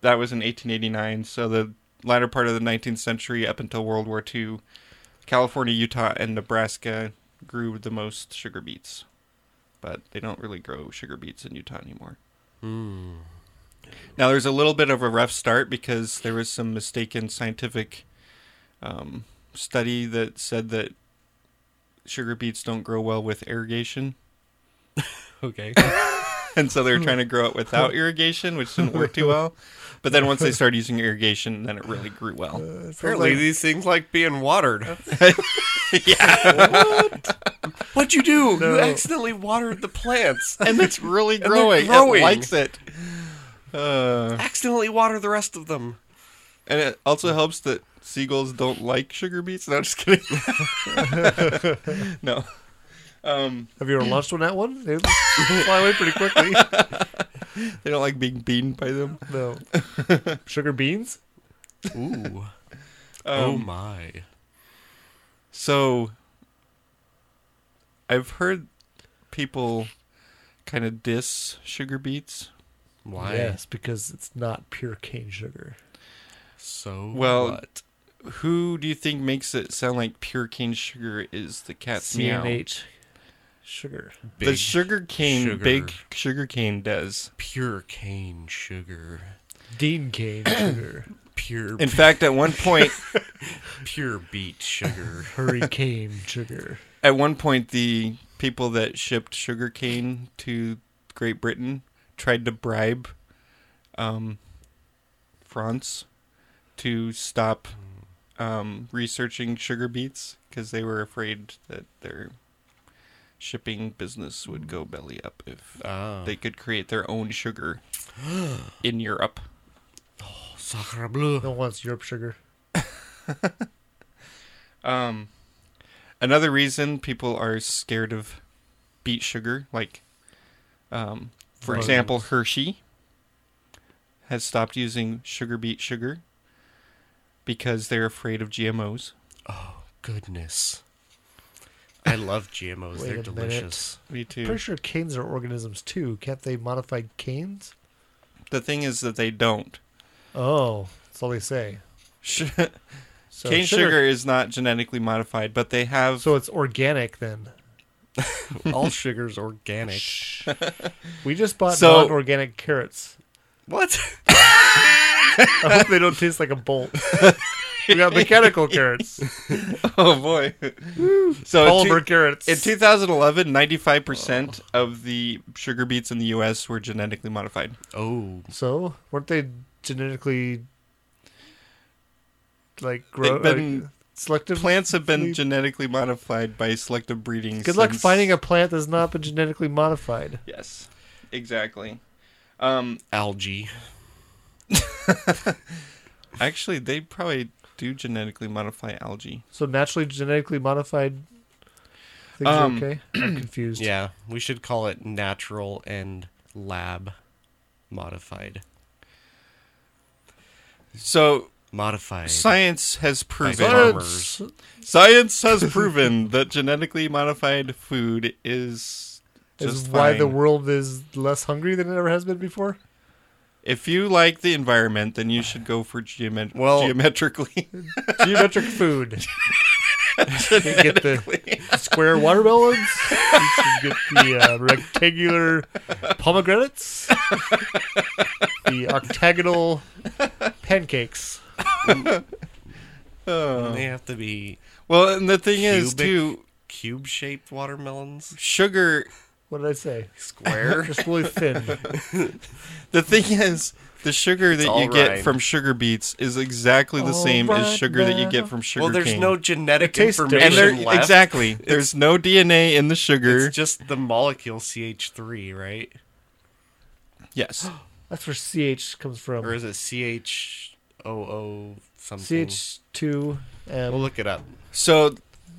[SPEAKER 5] that was in 1889. So the latter part of the 19th century, up until World War II, California, Utah, and Nebraska grew the most sugar beets. But they don't really grow sugar beets in Utah anymore. Now, there's a little bit of a rough start because there was some mistaken scientific um, study that said that sugar beets don't grow well with irrigation
[SPEAKER 7] Okay.
[SPEAKER 5] and so they were trying to grow it without irrigation, which didn't work too well. But then once they started using irrigation, then it really grew well.
[SPEAKER 7] Apparently, these things like being watered. What? What'd you do? You accidentally watered the plants.
[SPEAKER 5] And it's really
[SPEAKER 7] they're
[SPEAKER 5] growing.
[SPEAKER 7] growing.
[SPEAKER 5] It likes it. Uh,
[SPEAKER 7] accidentally water the rest of them.
[SPEAKER 5] and it also helps that seagulls don't like sugar beets. No, I'm just kidding. no. Um,
[SPEAKER 6] Have you ever launched one at one? They fly away pretty quickly.
[SPEAKER 5] they don't like being beaten by them.
[SPEAKER 6] No. Sugar beans?
[SPEAKER 7] Ooh. oh
[SPEAKER 5] Um,
[SPEAKER 7] my.
[SPEAKER 5] So I've heard people kind of diss sugar beets.
[SPEAKER 7] Why?
[SPEAKER 6] Yes, because it's not pure cane sugar.
[SPEAKER 7] So
[SPEAKER 5] Well,
[SPEAKER 7] what?
[SPEAKER 5] Who do you think makes it sound like pure cane sugar is the cat's meow?
[SPEAKER 6] CNH sugar.
[SPEAKER 5] The sugar cane,
[SPEAKER 7] sugar.
[SPEAKER 5] big sugar cane does.
[SPEAKER 7] pure cane sugar.
[SPEAKER 6] Dean cane sugar.
[SPEAKER 7] Pure
[SPEAKER 5] In fact, at one point,
[SPEAKER 7] pure beet sugar.
[SPEAKER 6] Hurricane sugar.
[SPEAKER 5] at one point, the people that shipped sugar cane to Great Britain tried to bribe um, France to stop um, researching sugar beets because they were afraid that their shipping business would go belly up if
[SPEAKER 7] Ah.
[SPEAKER 5] they could create their own sugar in Europe.
[SPEAKER 7] Sacre bleu.
[SPEAKER 6] No one wants Europe sugar.
[SPEAKER 5] Um, another reason people are scared of beet sugar, like, um, for
[SPEAKER 6] Right.
[SPEAKER 5] example, Hershey has stopped using sugar beet sugar because they're afraid of GMOs.
[SPEAKER 7] Goodness. I love GMOs.
[SPEAKER 6] Wait
[SPEAKER 7] They're
[SPEAKER 6] a minute.
[SPEAKER 7] delicious.
[SPEAKER 5] Me too.
[SPEAKER 6] Pretty sure canes are organisms too. Can't they modify canes?
[SPEAKER 5] The thing is that they don't.
[SPEAKER 6] Oh, that's all they say.
[SPEAKER 5] Sh-
[SPEAKER 6] So
[SPEAKER 5] cane sugar. is not genetically modified, but they have.
[SPEAKER 6] So it's organic then.
[SPEAKER 7] All sugar's organic.
[SPEAKER 6] We just bought
[SPEAKER 5] So-
[SPEAKER 6] non-organic carrots.
[SPEAKER 7] What?
[SPEAKER 6] I hope they don't taste like a bolt. we got mechanical carrots,
[SPEAKER 5] oh boy. so in two-
[SPEAKER 6] polymer carrots.
[SPEAKER 5] in 2011, 95% of the sugar beets in the U.S. were genetically modified.
[SPEAKER 7] Oh,
[SPEAKER 6] so weren't they genetically like grow
[SPEAKER 5] They've been
[SPEAKER 6] like, selective.
[SPEAKER 5] plants have been
[SPEAKER 6] Sleep.
[SPEAKER 5] genetically modified by selective breeding.
[SPEAKER 6] Good luck
[SPEAKER 5] since-
[SPEAKER 6] finding a plant that's not been genetically modified.
[SPEAKER 5] Yes, exactly. Um,
[SPEAKER 7] Algae.
[SPEAKER 5] actually, they probably do genetically modify algae.
[SPEAKER 6] So naturally genetically modified things
[SPEAKER 5] Um,
[SPEAKER 6] are okay. I'm confused.
[SPEAKER 7] Yeah, we should call it natural and lab modified.
[SPEAKER 5] So
[SPEAKER 7] Modified.
[SPEAKER 5] science has proven.
[SPEAKER 7] farmers.
[SPEAKER 5] Science has proven that genetically modified food is
[SPEAKER 6] Is
[SPEAKER 5] just
[SPEAKER 6] why the
[SPEAKER 5] fine.
[SPEAKER 6] world is less hungry than it ever has been before.
[SPEAKER 5] If you like the environment, then you should go for geomet-
[SPEAKER 7] Well-
[SPEAKER 5] geometrically.
[SPEAKER 6] Geometric food. You can get the square watermelons. You can get the uh, rectangular pomegranates. the octagonal pancakes.
[SPEAKER 7] They have to be
[SPEAKER 5] well, and the thing is,
[SPEAKER 7] Cubic.
[SPEAKER 5] too,
[SPEAKER 7] cube shaped watermelons.
[SPEAKER 5] sugar.
[SPEAKER 6] What did I say?
[SPEAKER 7] Square.
[SPEAKER 6] Just really thin.
[SPEAKER 5] The thing is, the sugar that
[SPEAKER 7] all
[SPEAKER 5] you get
[SPEAKER 7] right.
[SPEAKER 5] from sugar beets is exactly the
[SPEAKER 6] All
[SPEAKER 5] same as
[SPEAKER 6] right
[SPEAKER 5] sugar that you
[SPEAKER 6] now.
[SPEAKER 5] get from sugar
[SPEAKER 7] well, there's
[SPEAKER 5] cane.
[SPEAKER 7] no genetic
[SPEAKER 6] tastes
[SPEAKER 7] information
[SPEAKER 5] and there,
[SPEAKER 7] left.
[SPEAKER 5] exactly. There's no DNA in the sugar.
[SPEAKER 7] It's just the molecule CH3, right?
[SPEAKER 5] yes.
[SPEAKER 6] That's where CH comes from.
[SPEAKER 7] Or is it CHOO something?
[SPEAKER 6] CH2
[SPEAKER 7] We'll
[SPEAKER 6] and
[SPEAKER 7] look it up.
[SPEAKER 5] So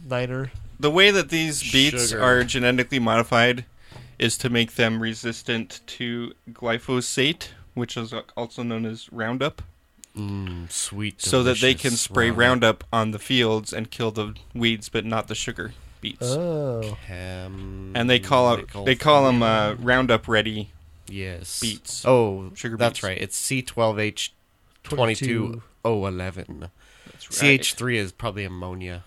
[SPEAKER 6] niner.
[SPEAKER 5] the way that these beets
[SPEAKER 7] Sugar.
[SPEAKER 5] are genetically modified is to make them resistant to glyphosate, which is also known as Roundup,
[SPEAKER 7] Sweet.
[SPEAKER 5] so that they can spray Roundup on the fields and kill the weeds, but not the sugar beets.
[SPEAKER 6] Oh.
[SPEAKER 5] and they call it they call them uh, Roundup Ready.
[SPEAKER 7] yes
[SPEAKER 5] beets.
[SPEAKER 7] Oh,
[SPEAKER 5] Sugar
[SPEAKER 7] That's
[SPEAKER 5] beets.
[SPEAKER 7] right. It's C12H twenty
[SPEAKER 6] 22.
[SPEAKER 7] two O eleven.
[SPEAKER 5] right.
[SPEAKER 7] CH3 is probably ammonia.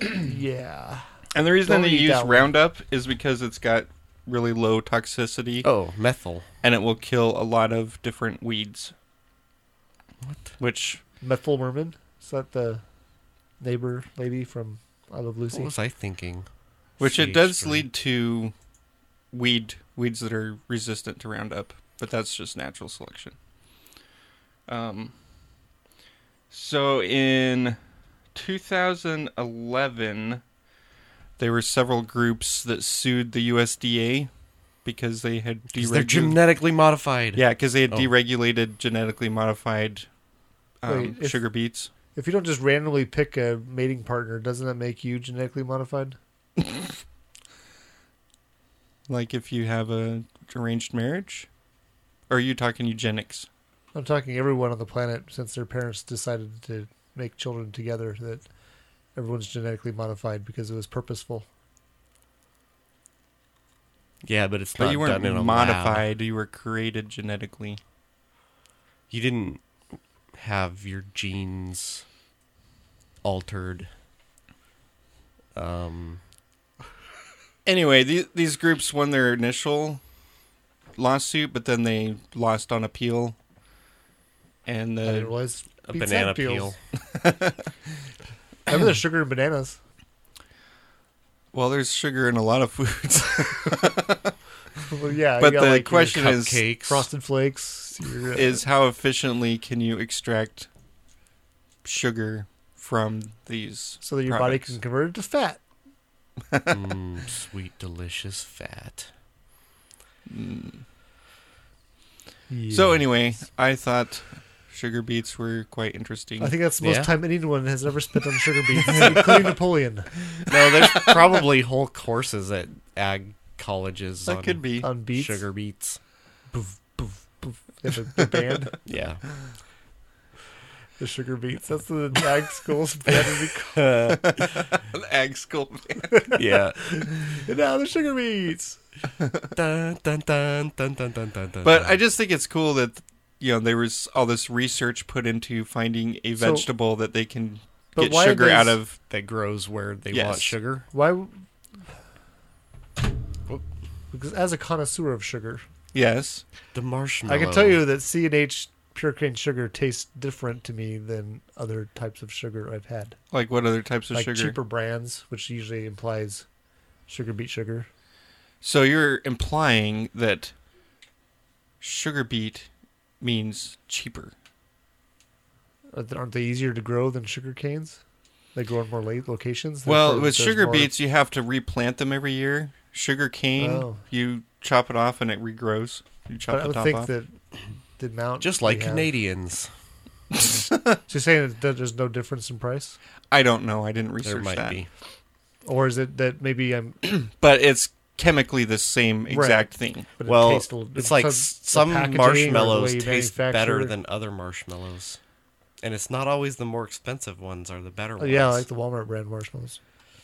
[SPEAKER 6] Yeah.
[SPEAKER 5] And the reason
[SPEAKER 6] Don't
[SPEAKER 5] they
[SPEAKER 6] eat
[SPEAKER 5] use
[SPEAKER 6] that one.
[SPEAKER 5] Roundup is because it's got really low toxicity
[SPEAKER 7] Oh, methyl.
[SPEAKER 5] and it will kill a lot of different weeds. What? Which
[SPEAKER 6] Methyl Merman. Is that the neighbor lady from I Love
[SPEAKER 7] What
[SPEAKER 6] Lucy?
[SPEAKER 7] was I thinking?
[SPEAKER 5] which it does
[SPEAKER 7] CH3.
[SPEAKER 5] lead to weed weeds that are resistant to roundup but that's just natural selection um so in 2011 there were several groups that sued the USDA because they had
[SPEAKER 7] 'Cause They're
[SPEAKER 5] deregulated
[SPEAKER 7] genetically modified.
[SPEAKER 5] yeah because they had
[SPEAKER 7] Oh.
[SPEAKER 5] deregulated genetically modified um,
[SPEAKER 6] Wait, if-
[SPEAKER 5] sugar beets
[SPEAKER 6] If you don't just randomly pick a mating partner, doesn't that make you genetically modified?
[SPEAKER 5] like if you have a arranged marriage or are you talking eugenics
[SPEAKER 6] I'm talking everyone on the planet since their parents decided to make children together that everyone's genetically modified because it was purposeful.
[SPEAKER 7] Yeah, but it's
[SPEAKER 5] But
[SPEAKER 7] not
[SPEAKER 5] you weren't
[SPEAKER 7] done in a lab.
[SPEAKER 5] modified. You were created genetically.
[SPEAKER 7] You didn't have your genes altered. Um,
[SPEAKER 5] Anyway, the, these groups won their initial lawsuit, but then they lost on appeal. And
[SPEAKER 6] I didn't
[SPEAKER 5] the
[SPEAKER 6] realize
[SPEAKER 7] a
[SPEAKER 6] beets
[SPEAKER 7] banana
[SPEAKER 6] had peels.
[SPEAKER 7] peel.
[SPEAKER 6] Remember the sugar and bananas?
[SPEAKER 5] well, there's sugar in a lot of foods,
[SPEAKER 6] well, yeah. you
[SPEAKER 5] but
[SPEAKER 6] got,
[SPEAKER 5] the
[SPEAKER 6] like, your
[SPEAKER 5] question is
[SPEAKER 7] Cupcakes.
[SPEAKER 6] Frosted Flakes. Your, uh,
[SPEAKER 5] is how efficiently can you extract sugar from these?
[SPEAKER 6] so that your
[SPEAKER 5] products?
[SPEAKER 6] body can convert it to fat.
[SPEAKER 7] Mm, sweet, delicious fat.
[SPEAKER 5] So anyway, I thought sugar beets were quite interesting.
[SPEAKER 6] I think that's the most
[SPEAKER 7] Yeah.
[SPEAKER 6] time anyone has ever spent on sugar beets, including Napoleon,
[SPEAKER 7] No, there's probably whole courses at ag colleges
[SPEAKER 5] that
[SPEAKER 7] on
[SPEAKER 5] could be.
[SPEAKER 6] on beets.
[SPEAKER 7] sugar beets.
[SPEAKER 6] Poof, poof, poof. They have a- the band,
[SPEAKER 7] Yeah.
[SPEAKER 6] the sugar beets. That's the ag school's band. would be called.
[SPEAKER 5] Ag school.
[SPEAKER 7] Yeah.
[SPEAKER 6] And Now the sugar beets.
[SPEAKER 7] dun, dun, dun, dun, dun, dun, dun, dun,
[SPEAKER 5] But
[SPEAKER 7] dun.
[SPEAKER 5] I just think it's cool that you know there was all this research put into finding a
[SPEAKER 6] So-
[SPEAKER 5] vegetable that they can
[SPEAKER 6] But
[SPEAKER 5] get
[SPEAKER 6] why
[SPEAKER 5] sugar
[SPEAKER 6] does-
[SPEAKER 5] out of.
[SPEAKER 7] that grows where they
[SPEAKER 5] Yes.
[SPEAKER 7] want sugar.
[SPEAKER 6] Why? w- Because as a connoisseur of sugar,
[SPEAKER 5] Yes,
[SPEAKER 7] The marshmallow.
[SPEAKER 6] I can tell you that C and H pure cane sugar tastes different to me than other types of sugar I've had,
[SPEAKER 5] like what other types of
[SPEAKER 6] like
[SPEAKER 5] sugar?
[SPEAKER 6] cheaper brands, which usually implies sugar beet sugar.
[SPEAKER 5] So you're implying that sugar beet means cheaper.
[SPEAKER 6] Aren't aren't they easier to grow than sugar canes? They grow in more late locations.
[SPEAKER 5] Well,
[SPEAKER 6] therefore
[SPEAKER 5] with
[SPEAKER 6] there's
[SPEAKER 5] sugar
[SPEAKER 6] more-
[SPEAKER 5] beets, you have to replant them every year. Sugar cane,
[SPEAKER 6] Oh.
[SPEAKER 5] you chop it off and it regrows. You chop
[SPEAKER 6] but I
[SPEAKER 5] the
[SPEAKER 6] would
[SPEAKER 5] top
[SPEAKER 6] think
[SPEAKER 5] off.
[SPEAKER 6] that the amount
[SPEAKER 7] Just like
[SPEAKER 6] we have-
[SPEAKER 7] Canadians.
[SPEAKER 6] So you're saying that there's no difference in price,
[SPEAKER 5] I don't know. I didn't
[SPEAKER 7] There
[SPEAKER 5] research
[SPEAKER 7] might
[SPEAKER 5] that.
[SPEAKER 7] be.
[SPEAKER 6] or is it that maybe I'm
[SPEAKER 5] But it's chemically the same exact thing.
[SPEAKER 6] but it
[SPEAKER 7] well,
[SPEAKER 6] tastes a little-
[SPEAKER 7] it's like
[SPEAKER 6] the
[SPEAKER 7] s- some
[SPEAKER 6] packaging or the way
[SPEAKER 7] marshmallows
[SPEAKER 6] you
[SPEAKER 7] taste better
[SPEAKER 6] manufacture-
[SPEAKER 7] than other marshmallows, and it's not always the more expensive ones are the better
[SPEAKER 6] Oh,
[SPEAKER 7] ones.
[SPEAKER 6] yeah, I like the Walmart brand marshmallows.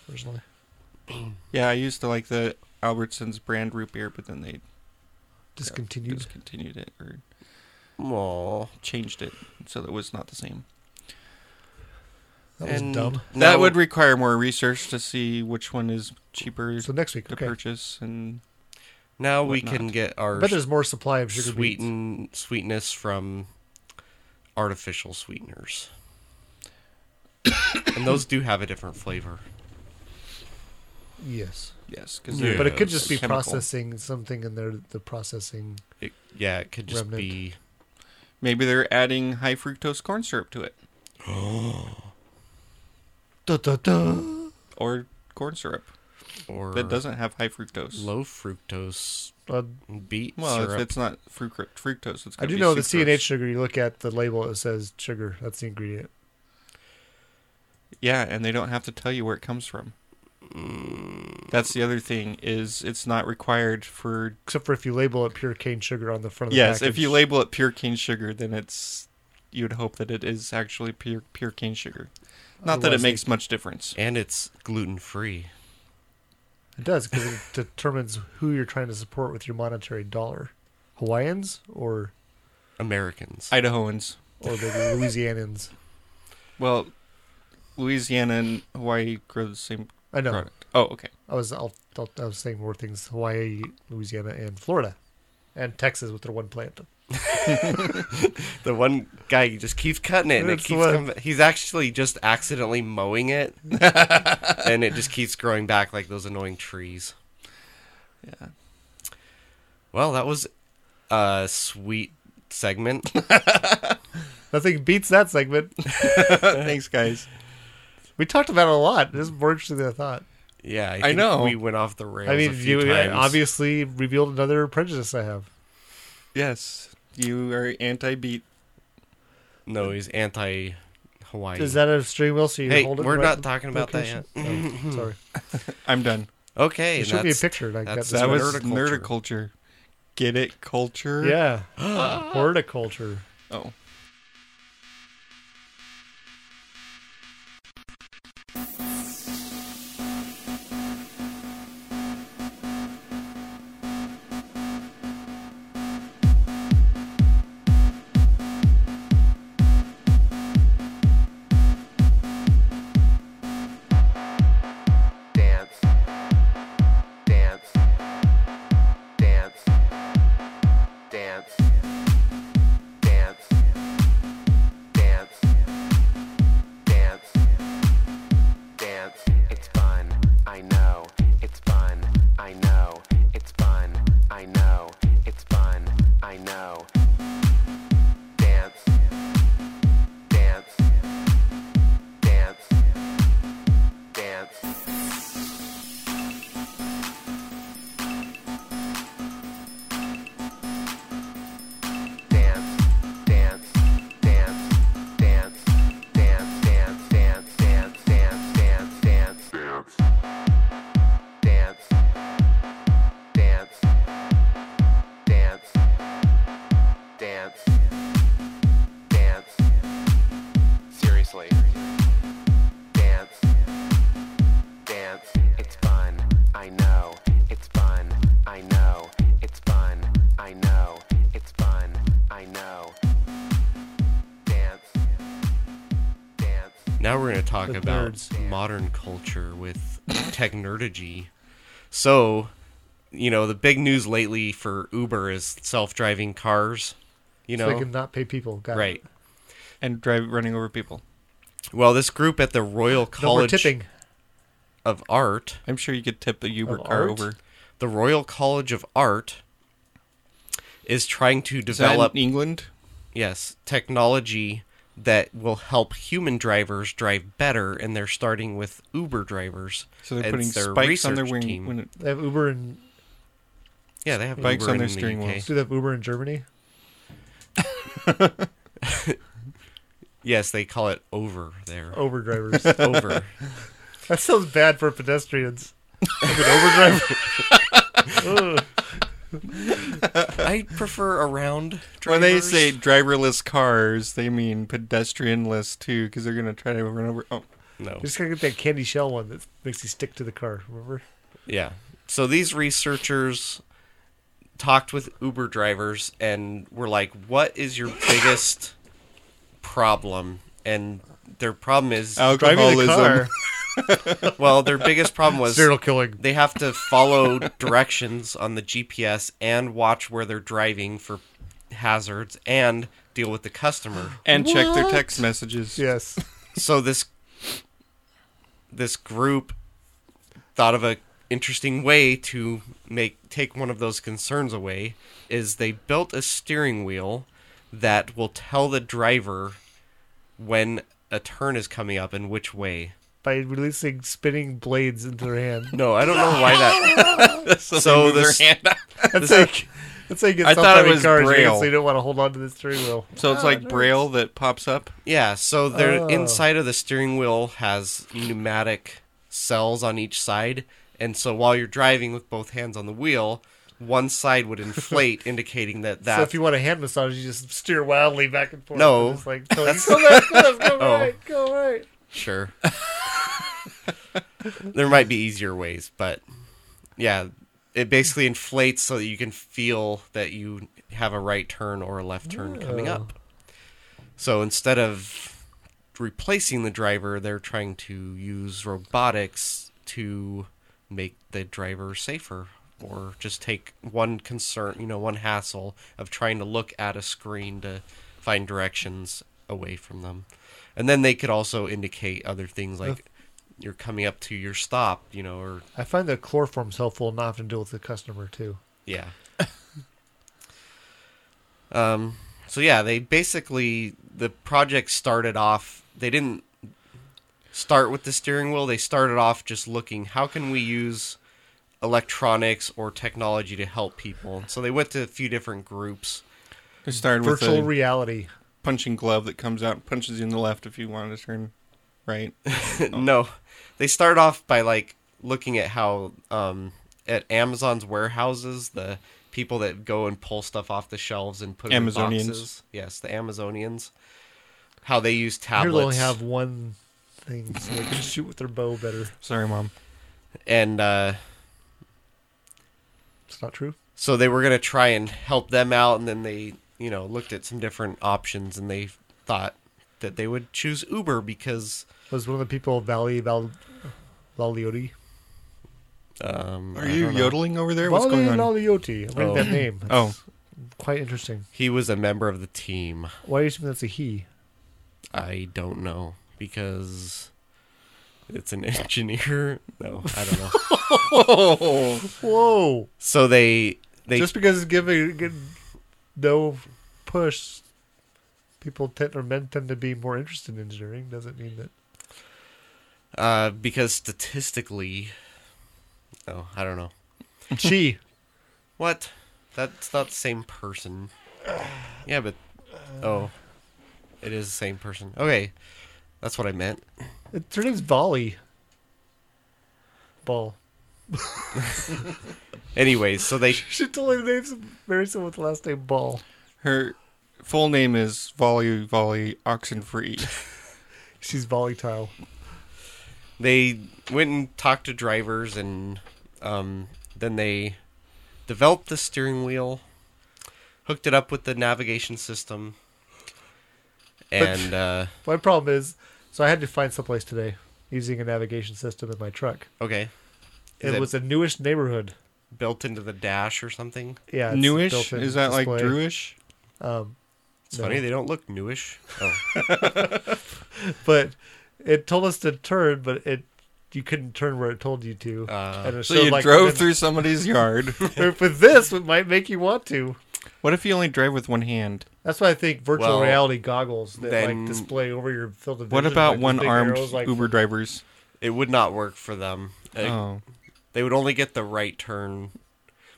[SPEAKER 6] Personally,
[SPEAKER 5] Yeah, I used to like the Albertsons brand root beer, but then they
[SPEAKER 6] discontinued.
[SPEAKER 5] discontinued it or
[SPEAKER 7] Aw.
[SPEAKER 5] changed it, so that it was not the same.
[SPEAKER 6] That was
[SPEAKER 7] And
[SPEAKER 6] dumb.
[SPEAKER 5] That
[SPEAKER 7] now-
[SPEAKER 5] would require more research to see which one is cheaper
[SPEAKER 6] So next week,
[SPEAKER 5] to
[SPEAKER 6] okay.
[SPEAKER 5] purchase and
[SPEAKER 7] Now we
[SPEAKER 5] whatnot.
[SPEAKER 7] can get
[SPEAKER 6] I
[SPEAKER 7] our
[SPEAKER 6] bet there's more supply of sugar beets.
[SPEAKER 7] sweeten sweetness from artificial sweeteners, and those do have a different flavor.
[SPEAKER 6] Yes,
[SPEAKER 5] yes, because
[SPEAKER 7] Yeah.
[SPEAKER 6] but it could just be
[SPEAKER 5] Chemical.
[SPEAKER 6] processing something in there. The processing.
[SPEAKER 7] It, yeah, it could just
[SPEAKER 6] Remnant.
[SPEAKER 7] be
[SPEAKER 5] maybe they're adding high fructose corn syrup to it
[SPEAKER 6] Duh, duh, duh.
[SPEAKER 5] or corn syrup
[SPEAKER 7] or
[SPEAKER 5] that doesn't have high fructose.
[SPEAKER 7] low fructose
[SPEAKER 6] Uh,
[SPEAKER 7] beet
[SPEAKER 5] well, if
[SPEAKER 7] syrup.
[SPEAKER 5] it's not fruct- fructose, it's.
[SPEAKER 6] I
[SPEAKER 5] gonna
[SPEAKER 6] do
[SPEAKER 5] be
[SPEAKER 6] know the C
[SPEAKER 5] sucrose.
[SPEAKER 6] and H sugar. You look at the label; it says sugar. That's the ingredient.
[SPEAKER 5] Yeah, and they don't have to tell you where it comes from.
[SPEAKER 6] Mm.
[SPEAKER 5] That's the other thing is it's not required for
[SPEAKER 6] Except for if you label it pure cane sugar on the front of the
[SPEAKER 5] yes.
[SPEAKER 6] package.
[SPEAKER 5] If you label it pure cane sugar, then it's you'd hope that it is actually pure pure cane sugar. Not that
[SPEAKER 6] Otherwise
[SPEAKER 5] it
[SPEAKER 6] they-
[SPEAKER 5] makes much difference.
[SPEAKER 7] and it's gluten free.
[SPEAKER 6] It does because it determines who you're trying to support with your monetary dollar. Hawaiians or
[SPEAKER 7] Americans.
[SPEAKER 5] Idahoans,
[SPEAKER 6] or maybe Louisianans.
[SPEAKER 5] well, Louisiana and Hawaii grow the same
[SPEAKER 6] I know.
[SPEAKER 5] product. Oh, okay.
[SPEAKER 6] I was I'll, I'll, I was saying more things: Hawaii, Louisiana, and Florida, and Texas with their one plant.
[SPEAKER 7] The one guy he just keeps cutting it, and it
[SPEAKER 6] That's the
[SPEAKER 7] keeps
[SPEAKER 6] one.
[SPEAKER 7] coming. He's actually just accidentally mowing it, and it just keeps growing back like those annoying trees.
[SPEAKER 5] Yeah.
[SPEAKER 7] Well, that was a sweet segment.
[SPEAKER 6] Nothing beats that segment.
[SPEAKER 5] Thanks, guys.
[SPEAKER 6] We talked about it a lot. This is more interesting than I thought.
[SPEAKER 7] Yeah,
[SPEAKER 5] I
[SPEAKER 7] think
[SPEAKER 5] know.
[SPEAKER 7] we went off the rails.
[SPEAKER 6] I mean,
[SPEAKER 7] a few
[SPEAKER 6] you
[SPEAKER 7] times.
[SPEAKER 6] obviously revealed another prejudice I have.
[SPEAKER 5] Yes, you are anti-beat.
[SPEAKER 7] No, he's anti Hawaii.
[SPEAKER 6] Is that a string wheel? So you
[SPEAKER 7] Hey,
[SPEAKER 6] hold it.
[SPEAKER 7] we're
[SPEAKER 6] right
[SPEAKER 7] not talking about that
[SPEAKER 6] location? Oh, sorry,
[SPEAKER 5] I'm done.
[SPEAKER 7] okay?
[SPEAKER 6] you showed me a
[SPEAKER 7] that's-
[SPEAKER 6] picture. And I got
[SPEAKER 7] that's-
[SPEAKER 6] this
[SPEAKER 5] that
[SPEAKER 7] It's
[SPEAKER 5] was
[SPEAKER 7] nerdiculture.
[SPEAKER 5] nerdiculture. Get it, culture.
[SPEAKER 6] Yeah. Horticulture.
[SPEAKER 5] Oh.
[SPEAKER 8] dance, dance, dance, dance, dance, dance, dance, dance. It's fun, I know. It's fun, I know. It's fun, I know. It's fun, I know. Dance, dance, dance, dance. dance, dance, dance, dance, dance, dance, dance, dance, dance, dance, dance, dance, dance, dance, dance, dance, dance, seriously, dance, dance, it's fun, I know, it's fun, I know, it's fun, I know, it's fun, I know, dance, dance.
[SPEAKER 7] Now we're going to talk
[SPEAKER 6] With
[SPEAKER 7] about
[SPEAKER 6] nerds.
[SPEAKER 7] modern culture with technology. So, you know, the big news lately for Uber is self-driving cars. You
[SPEAKER 6] So they
[SPEAKER 7] know,
[SPEAKER 6] can not pay people. Got it.
[SPEAKER 7] right?
[SPEAKER 5] And drive running over people.
[SPEAKER 7] Well, this group at the Royal
[SPEAKER 6] No more
[SPEAKER 7] College
[SPEAKER 6] tipping.
[SPEAKER 7] of Art
[SPEAKER 5] I'm sure you could tip the Uber
[SPEAKER 6] Of
[SPEAKER 5] car
[SPEAKER 6] art?
[SPEAKER 5] over.
[SPEAKER 7] the Royal College of Art is trying to
[SPEAKER 5] Is that
[SPEAKER 7] develop
[SPEAKER 5] in England?
[SPEAKER 7] yes technology that will help human drivers drive better, and they're starting with Uber drivers.
[SPEAKER 5] So they're
[SPEAKER 7] as
[SPEAKER 5] putting
[SPEAKER 7] their
[SPEAKER 5] spikes on their
[SPEAKER 7] research
[SPEAKER 5] wing.
[SPEAKER 7] team.
[SPEAKER 5] When it,
[SPEAKER 6] They have Uber and
[SPEAKER 7] yeah, they have
[SPEAKER 5] spikes
[SPEAKER 7] Uber
[SPEAKER 5] on their
[SPEAKER 7] in the
[SPEAKER 5] steering
[SPEAKER 7] UK.
[SPEAKER 5] wheels.
[SPEAKER 6] do they have Uber in Germany?
[SPEAKER 7] Yes, they call it over there.
[SPEAKER 5] Oh.
[SPEAKER 6] Over drivers.
[SPEAKER 7] Over.
[SPEAKER 6] that sounds bad for pedestrians. Like an Uber driver. Ugh.
[SPEAKER 7] I prefer around.
[SPEAKER 5] when
[SPEAKER 7] Drivers.
[SPEAKER 5] they say driverless cars, they mean pedestrianless too, because they're gonna try to run over. Oh,
[SPEAKER 7] no,
[SPEAKER 6] You just gotta get that candy shell one that makes you stick to the car. Remember?
[SPEAKER 7] Yeah. So these researchers talked with Uber drivers and were like, "What is your biggest problem?" And their problem is
[SPEAKER 5] Oh.
[SPEAKER 6] Oh,
[SPEAKER 5] alcoholism.
[SPEAKER 7] well, their biggest problem was
[SPEAKER 6] serial killing.
[SPEAKER 7] they have to follow directions on the GPS and watch where they're driving for hazards and deal with the customer.
[SPEAKER 5] and check their text messages.
[SPEAKER 6] Yes.
[SPEAKER 7] so this this group thought of a interesting way to make take one of those concerns away is they built a steering wheel that will tell the driver when a turn is coming up and which way.
[SPEAKER 6] By releasing spinning blades into their hand.
[SPEAKER 7] No, I don't know why that. so
[SPEAKER 5] their
[SPEAKER 7] this,
[SPEAKER 5] hand
[SPEAKER 6] That's like that's like
[SPEAKER 5] I
[SPEAKER 6] it's
[SPEAKER 5] thought it was
[SPEAKER 6] cars, right?
[SPEAKER 5] Braille.
[SPEAKER 6] So you don't want to hold on to the steering wheel.
[SPEAKER 5] So
[SPEAKER 7] Oh,
[SPEAKER 5] it's like braille that pops up.
[SPEAKER 7] yeah, so the
[SPEAKER 6] Oh.
[SPEAKER 7] inside of the steering wheel has pneumatic cells on each side, and so while you're driving with both hands on the wheel, one side would inflate, indicating that that
[SPEAKER 6] So if you want a hand massage, you just steer wildly back and forth.
[SPEAKER 7] No.
[SPEAKER 6] It's like go left, go left, go right, go right.
[SPEAKER 7] Sure. there might be easier ways, but yeah, it basically inflates so that you can feel that you have a right turn or a left turn coming up.
[SPEAKER 6] Oh.
[SPEAKER 7] So instead of replacing the driver, they're trying to use robotics to make the driver safer or just take one concern, you know, one hassle of trying to look at a screen to find directions away from them. And then they could also indicate other things like you're coming up to your stop, you know, or
[SPEAKER 6] I find that chloroform's helpful and often deal with the customer too.
[SPEAKER 7] yeah. um, so yeah, they basically the project started off. They didn't start with the steering wheel. They started off just looking how can we use electronics or technology to help people. So they went to a few different groups.
[SPEAKER 5] It started with
[SPEAKER 6] Virtual
[SPEAKER 5] a
[SPEAKER 6] reality.
[SPEAKER 5] punching glove that comes out and punches you in the left if you wanted to turn right.
[SPEAKER 7] no, they started off by like looking at how um, at Amazon's warehouses the people that go and pull stuff off the shelves and put it in
[SPEAKER 5] Amazonians.
[SPEAKER 7] boxes. Yes, the Amazonians. How they use
[SPEAKER 6] Here they only
[SPEAKER 7] tablets
[SPEAKER 6] have one thing, so they can shoot with their bow better.
[SPEAKER 5] Sorry, mom.
[SPEAKER 7] and uh,
[SPEAKER 6] It's not true.
[SPEAKER 7] so they were gonna try and help them out, and then they you know looked at some different options and they thought that they would choose Uber because
[SPEAKER 6] Was one of the people Valley Val Valioti?
[SPEAKER 7] um,
[SPEAKER 5] Are
[SPEAKER 7] I
[SPEAKER 5] you
[SPEAKER 7] don't know.
[SPEAKER 5] yodeling over there? What's
[SPEAKER 6] Valley
[SPEAKER 5] going on?
[SPEAKER 6] Valioti. I
[SPEAKER 7] Oh.
[SPEAKER 6] like that name. That's
[SPEAKER 5] Oh,
[SPEAKER 6] quite interesting.
[SPEAKER 7] He was a member of the team.
[SPEAKER 6] Why do you assume that's a he?
[SPEAKER 7] I don't know because it's an engineer. No, I don't know.
[SPEAKER 6] Whoa!
[SPEAKER 7] so they they
[SPEAKER 6] Just because it's giving getting no push, people tend or men tend to be more interested in engineering. Doesn't mean that.
[SPEAKER 7] uh because statistically Oh, I don't know.
[SPEAKER 6] Chi.
[SPEAKER 7] What? That's not the same person. Yeah, but oh. It is the same person. Okay. That's what I meant.
[SPEAKER 6] It- Her name's Volley. Ball.
[SPEAKER 7] Anyways, so they
[SPEAKER 6] She totally names marry someone with the last name Ball.
[SPEAKER 5] her full name is Volley Volley Oxenfree.
[SPEAKER 6] She's volatile.
[SPEAKER 7] they went and talked to drivers and um, then they developed the steering wheel hooked it up with the navigation system and uh,
[SPEAKER 6] My problem is, so I had to find someplace today using a navigation system in my truck.
[SPEAKER 7] okay Is
[SPEAKER 6] It, was a newish neighborhood.
[SPEAKER 7] built into the dash or something
[SPEAKER 6] Yeah, it's
[SPEAKER 5] Newish?
[SPEAKER 6] built-in
[SPEAKER 5] Is that like
[SPEAKER 6] display.
[SPEAKER 5] Drewish?
[SPEAKER 6] Um,
[SPEAKER 7] it's
[SPEAKER 6] No.
[SPEAKER 7] funny they don't look newish oh
[SPEAKER 6] but it told us to turn, but it you couldn't turn where it told you to.
[SPEAKER 7] Uh,
[SPEAKER 6] it
[SPEAKER 5] Ah. So
[SPEAKER 6] showed,
[SPEAKER 5] you
[SPEAKER 6] like,
[SPEAKER 5] drove
[SPEAKER 6] within-
[SPEAKER 5] through somebody's yard.
[SPEAKER 6] But with this, it might make you want to.
[SPEAKER 5] what if you only drive with one hand?
[SPEAKER 6] That's why I think virtual
[SPEAKER 7] Well,
[SPEAKER 6] reality goggles that
[SPEAKER 7] then-
[SPEAKER 6] like display over your field of vision.
[SPEAKER 5] What about
[SPEAKER 6] like, those
[SPEAKER 5] one
[SPEAKER 6] big
[SPEAKER 5] armed
[SPEAKER 6] arrows, like,
[SPEAKER 5] Uber drivers?
[SPEAKER 7] It would not work for them. Like,
[SPEAKER 5] Oh.
[SPEAKER 7] They would only get the right turn.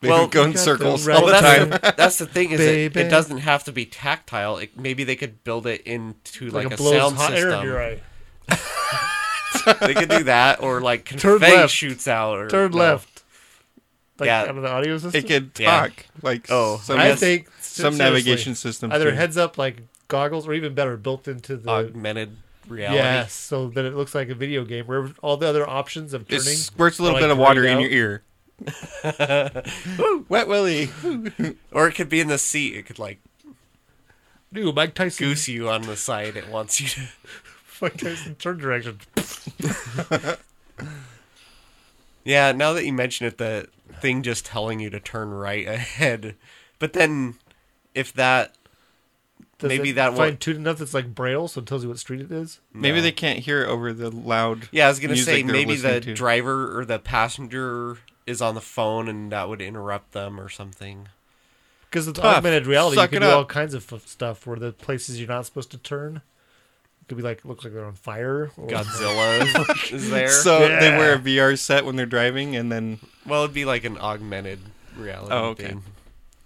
[SPEAKER 5] They
[SPEAKER 7] Well,
[SPEAKER 5] would go in
[SPEAKER 6] got the
[SPEAKER 5] circles Oh,
[SPEAKER 6] red
[SPEAKER 5] all the
[SPEAKER 7] well, that's,
[SPEAKER 5] time.
[SPEAKER 7] the, that's the thing is it,
[SPEAKER 6] Baby.
[SPEAKER 7] it doesn't have to be tactile. It, maybe they could build it into like,
[SPEAKER 6] Like,
[SPEAKER 7] a,
[SPEAKER 6] it blows
[SPEAKER 7] sound
[SPEAKER 6] hot air in your
[SPEAKER 7] system.
[SPEAKER 6] eye.
[SPEAKER 7] they could do that, or like
[SPEAKER 6] Turn
[SPEAKER 7] confetti
[SPEAKER 6] left.
[SPEAKER 7] shoots out. Or,
[SPEAKER 6] Turn
[SPEAKER 7] no.
[SPEAKER 6] left. Like
[SPEAKER 7] Yeah.
[SPEAKER 6] out of the audio system.
[SPEAKER 5] It could
[SPEAKER 7] Yeah.
[SPEAKER 5] talk like
[SPEAKER 7] Oh,
[SPEAKER 5] some,
[SPEAKER 6] I
[SPEAKER 7] yes.
[SPEAKER 6] think
[SPEAKER 5] some
[SPEAKER 6] seriously,
[SPEAKER 5] navigation systems.
[SPEAKER 6] Either
[SPEAKER 5] do.
[SPEAKER 6] heads up like goggles, or even better, built into the
[SPEAKER 5] Uh,
[SPEAKER 7] Augmented reality.
[SPEAKER 6] yes, so that it looks like a video game where all the other options of
[SPEAKER 5] It
[SPEAKER 6] turning.
[SPEAKER 5] squirts a little
[SPEAKER 6] are,
[SPEAKER 5] bit
[SPEAKER 6] like,
[SPEAKER 5] of water
[SPEAKER 6] grayed
[SPEAKER 5] in
[SPEAKER 6] out.
[SPEAKER 5] your ear. Woo, Wet Willy.
[SPEAKER 7] Or it could be in the seat. It could like
[SPEAKER 6] Dude, Mike Tyson.
[SPEAKER 7] goose you on the side. It wants you to.
[SPEAKER 6] Mike Tyson turn direction.
[SPEAKER 7] Yeah, now that you mention it, the thing just telling you to turn right ahead. But then, if that
[SPEAKER 6] Does
[SPEAKER 7] Maybe
[SPEAKER 6] it
[SPEAKER 7] that
[SPEAKER 6] fine
[SPEAKER 7] won't-
[SPEAKER 6] tuned enough that's like braille, so it tells you what street it is.
[SPEAKER 5] Maybe they can't hear over the loud.
[SPEAKER 7] Yeah, I was gonna
[SPEAKER 5] music
[SPEAKER 7] say
[SPEAKER 5] they're
[SPEAKER 7] maybe the
[SPEAKER 5] listening to.
[SPEAKER 7] driver or the passenger is on the phone and that would interrupt them or something.
[SPEAKER 6] Because with
[SPEAKER 5] Tough.
[SPEAKER 6] augmented reality,
[SPEAKER 5] Suck
[SPEAKER 6] you
[SPEAKER 5] it
[SPEAKER 6] can do all
[SPEAKER 5] up.
[SPEAKER 6] kinds of f- stuff where the places you're not supposed to turn it could be like looks like they're on fire. Or
[SPEAKER 7] Godzilla is there.
[SPEAKER 5] So they wear a VR set when they're driving, and then
[SPEAKER 7] well, it'd be like an augmented reality
[SPEAKER 5] Oh, okay.
[SPEAKER 7] thing.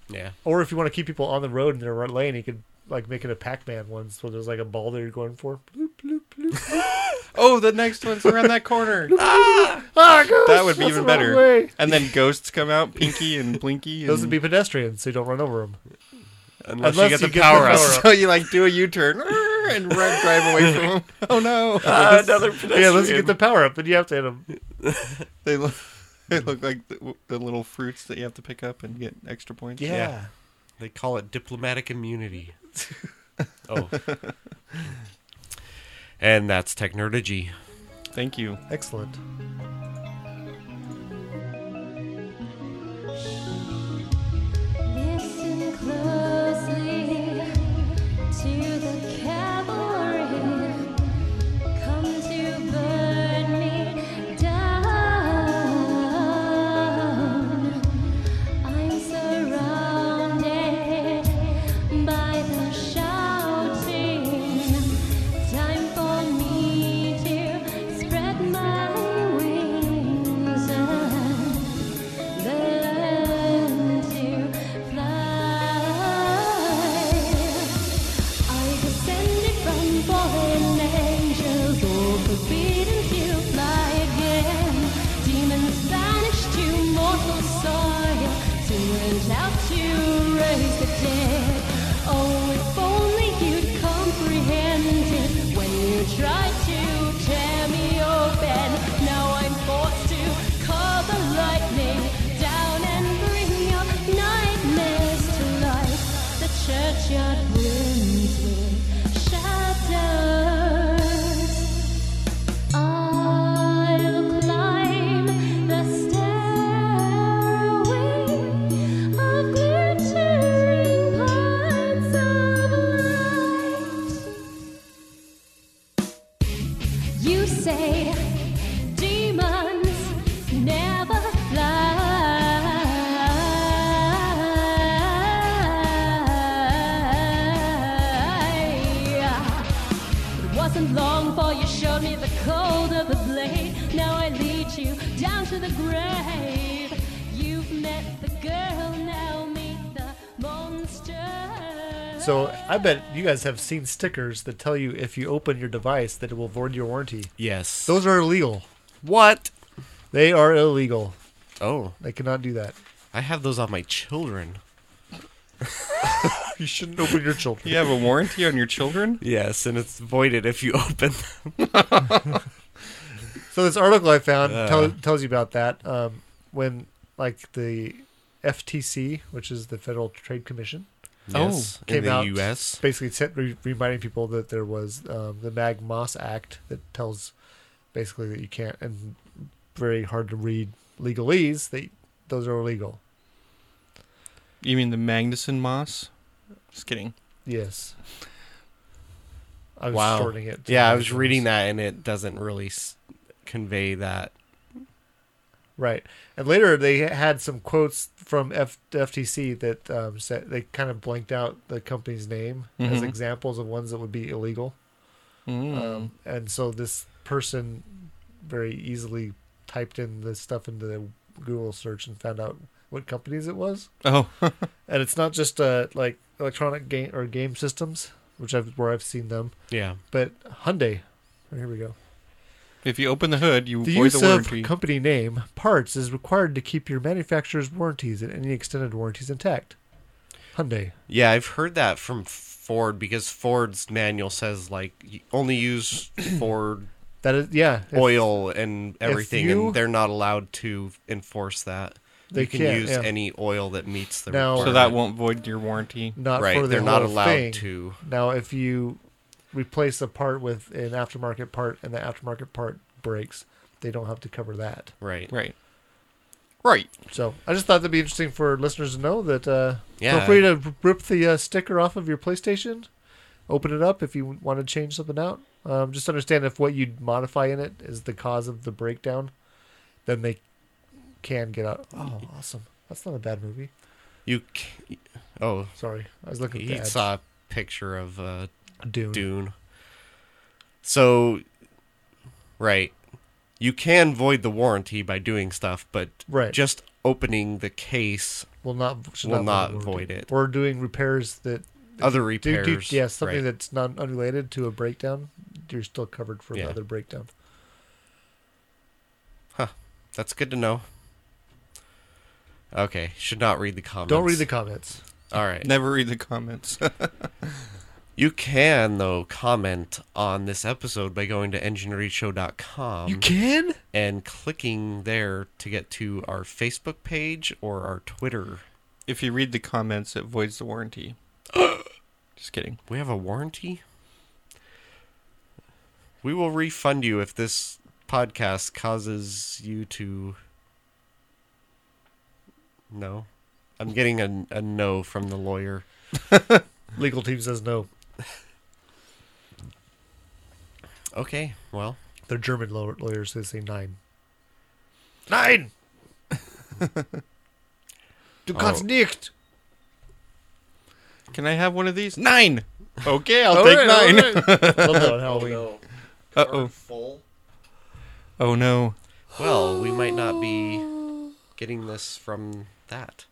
[SPEAKER 7] Yeah.
[SPEAKER 6] Or if you want to keep people on the road in their right lane, you could like make it a Pac-Man one, so there's like a ball that you're going for. Bloop, bloop, bloop.
[SPEAKER 5] oh, the next one's around that corner.
[SPEAKER 6] ah, ghost,
[SPEAKER 5] that would be even
[SPEAKER 6] what's the wrong
[SPEAKER 5] better.
[SPEAKER 6] way?
[SPEAKER 5] And then ghosts come out, Pinky and Blinky. And...
[SPEAKER 6] Those would be pedestrians, so you don't run over them.
[SPEAKER 7] Unless,
[SPEAKER 6] Unless
[SPEAKER 7] you get
[SPEAKER 6] you
[SPEAKER 7] the
[SPEAKER 6] get the
[SPEAKER 7] power up.
[SPEAKER 6] power up.
[SPEAKER 5] So you like do a U turn and run, drive away from them. Oh no!
[SPEAKER 7] Ah, another pedestrian.
[SPEAKER 6] Yeah, let's get the power up, and you have to hit them.
[SPEAKER 5] They look, they look like the, the little fruits that you have to pick up and get extra points.
[SPEAKER 7] Yeah. They call it diplomatic immunity. oh. And that's technology.
[SPEAKER 5] Thank you.
[SPEAKER 6] Excellent.
[SPEAKER 8] Listen closely to the cavalry. Come to burn me down. I'm surrounded by the shouting. Time for me to spread my wings and learn to fly. I descended from fallen angels, oh, forbidden to fly again. Demons vanished to mortal soil, to went out to raise the dead. Oh, if only you'd comprehend it when you tried to tear me open. Now I'm forced to call the lightning down and bring your nightmares to life. The churchyard brims with shadows. I'll climb the stairway of glittering parts of light. You say demons never fly. It wasn't long for you showed me the cold of the blade. Now I lead you down to the grave. You've met the girl, now meet the monster.
[SPEAKER 6] So I bet you guys have seen stickers that tell you if you open your device that it will void your warranty.
[SPEAKER 7] Yes.
[SPEAKER 6] Those are illegal.
[SPEAKER 7] what?
[SPEAKER 6] They are illegal.
[SPEAKER 7] Oh,
[SPEAKER 6] They cannot do that.
[SPEAKER 7] I have those on my children.
[SPEAKER 6] You shouldn't open your children.
[SPEAKER 5] You have a warranty on your children.
[SPEAKER 7] Yes, and it's voided if you open them.
[SPEAKER 6] So this article I found
[SPEAKER 7] Uh.
[SPEAKER 6] tell, tells you about that. Um, when like the FTC, which is the Federal Trade Commission,
[SPEAKER 7] Yes, in
[SPEAKER 6] came
[SPEAKER 7] the
[SPEAKER 6] out
[SPEAKER 7] U.S.
[SPEAKER 6] basically sent, re- reminding people that there was um, the Mag Moss Act that tells basically that you can't and very hard to read legalese that those are illegal.
[SPEAKER 5] You mean the Magnuson moss? Just kidding.
[SPEAKER 6] Yes. I was
[SPEAKER 7] Wow.
[SPEAKER 6] shortening it.
[SPEAKER 7] Yeah, I was reading that, and it doesn't really s- convey that
[SPEAKER 6] Right. And later they had some quotes from F- FTC that um, said they kind of blanked out the company's name as examples of ones that would be illegal.
[SPEAKER 7] Mm.
[SPEAKER 6] Um, and so this person very easily typed in this stuff into the Google search and found out what companies it was.
[SPEAKER 5] Oh,
[SPEAKER 6] And it's not just uh, like electronic game or game systems, which I've where I've seen them,
[SPEAKER 7] Yeah.
[SPEAKER 6] but Hyundai. Oh, Here we go.
[SPEAKER 5] if you open the hood, you
[SPEAKER 6] The
[SPEAKER 5] void
[SPEAKER 6] use
[SPEAKER 5] the
[SPEAKER 6] of
[SPEAKER 5] warranty.
[SPEAKER 6] company name parts is required to keep your manufacturer's warranties and any extended warranties intact. Hyundai.
[SPEAKER 7] Yeah, I've heard that from Ford because Ford's manual says like you only use Ford
[SPEAKER 6] That is, yeah. if
[SPEAKER 7] oil and everything,
[SPEAKER 6] you-
[SPEAKER 7] and they're not allowed to enforce that.
[SPEAKER 6] They
[SPEAKER 7] you can
[SPEAKER 6] can't,
[SPEAKER 7] use
[SPEAKER 6] yeah.
[SPEAKER 7] any oil that meets the
[SPEAKER 6] Now-
[SPEAKER 7] requirement.
[SPEAKER 5] so that won't void your warranty.
[SPEAKER 6] Not
[SPEAKER 7] right,
[SPEAKER 6] for the
[SPEAKER 7] they're not
[SPEAKER 6] whole
[SPEAKER 7] allowed
[SPEAKER 6] thing.
[SPEAKER 7] to.
[SPEAKER 6] Now, if you replace a part with an aftermarket part and the aftermarket part breaks, they don't have to cover that.
[SPEAKER 7] Right.
[SPEAKER 5] Right. Right.
[SPEAKER 6] So I just thought that'd be interesting for listeners to know that. Uh,
[SPEAKER 7] Yeah.
[SPEAKER 6] Feel free to r- rip the uh, sticker off of your PlayStation, open it up if you want to change something out. Um, just understand if what you modify in it is the cause of the breakdown, then they can get out. Oh, awesome! That's not a bad movie.
[SPEAKER 7] You. c- Oh,
[SPEAKER 6] Sorry, I was looking at the
[SPEAKER 7] he
[SPEAKER 6] ads.
[SPEAKER 7] saw a picture of uh,
[SPEAKER 6] Dune.
[SPEAKER 7] Dune. So, right, you can void the warranty by doing stuff, but
[SPEAKER 6] Right.
[SPEAKER 7] just opening the case,
[SPEAKER 6] Will not should
[SPEAKER 7] Will
[SPEAKER 6] not,
[SPEAKER 7] not void it.
[SPEAKER 6] We're doing repairs that
[SPEAKER 7] other
[SPEAKER 6] do,
[SPEAKER 7] repairs.
[SPEAKER 6] do yeah something
[SPEAKER 7] right.
[SPEAKER 6] that's not unrelated to a breakdown. You're still covered for
[SPEAKER 7] Yeah.
[SPEAKER 6] another breakdown.
[SPEAKER 7] that's good to know. Okay, should not read the comments.
[SPEAKER 6] Don't read the comments.
[SPEAKER 7] All right.
[SPEAKER 5] Never read the comments.
[SPEAKER 7] You can, though, comment on this episode by going to engineeringshow.com
[SPEAKER 6] can.
[SPEAKER 7] and clicking there to get to our Facebook page or our Twitter.
[SPEAKER 5] if you read the comments, it voids the warranty. Just kidding.
[SPEAKER 7] We have a warranty? We will refund you if this podcast causes you to. No. I'm getting a, a no from the lawyer.
[SPEAKER 6] Legal team says no.
[SPEAKER 7] Okay, well.
[SPEAKER 6] They're German law- lawyers, so they say nine. Nine!
[SPEAKER 7] Oh.
[SPEAKER 6] du kannst nicht!
[SPEAKER 5] Can I have one of these? Nine. Okay, I'll take nine.
[SPEAKER 6] Love that on Halloween.
[SPEAKER 5] Uh oh. Oh no.
[SPEAKER 7] Well, we might not be getting this from that.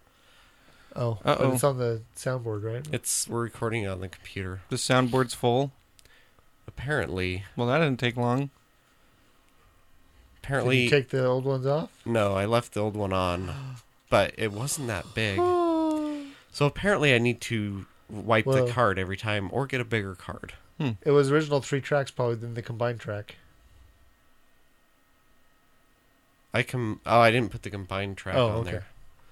[SPEAKER 6] Oh,
[SPEAKER 5] Uh-oh.
[SPEAKER 6] but it's on the soundboard, right?
[SPEAKER 7] It's we're recording it on the computer.
[SPEAKER 5] The soundboard's full.
[SPEAKER 7] Apparently,
[SPEAKER 5] Well, that didn't take long.
[SPEAKER 6] Did
[SPEAKER 7] apparently
[SPEAKER 6] you take the old ones off?
[SPEAKER 7] no, I left the old one on, but it wasn't that big. So apparently, I need to wipe
[SPEAKER 6] Whoa.
[SPEAKER 7] the card every time or get a bigger card.
[SPEAKER 6] It was original three tracks, probably, then the combined track.
[SPEAKER 7] I can. Oh, I didn't put the combined track
[SPEAKER 6] Oh,
[SPEAKER 7] on
[SPEAKER 6] okay.
[SPEAKER 7] there.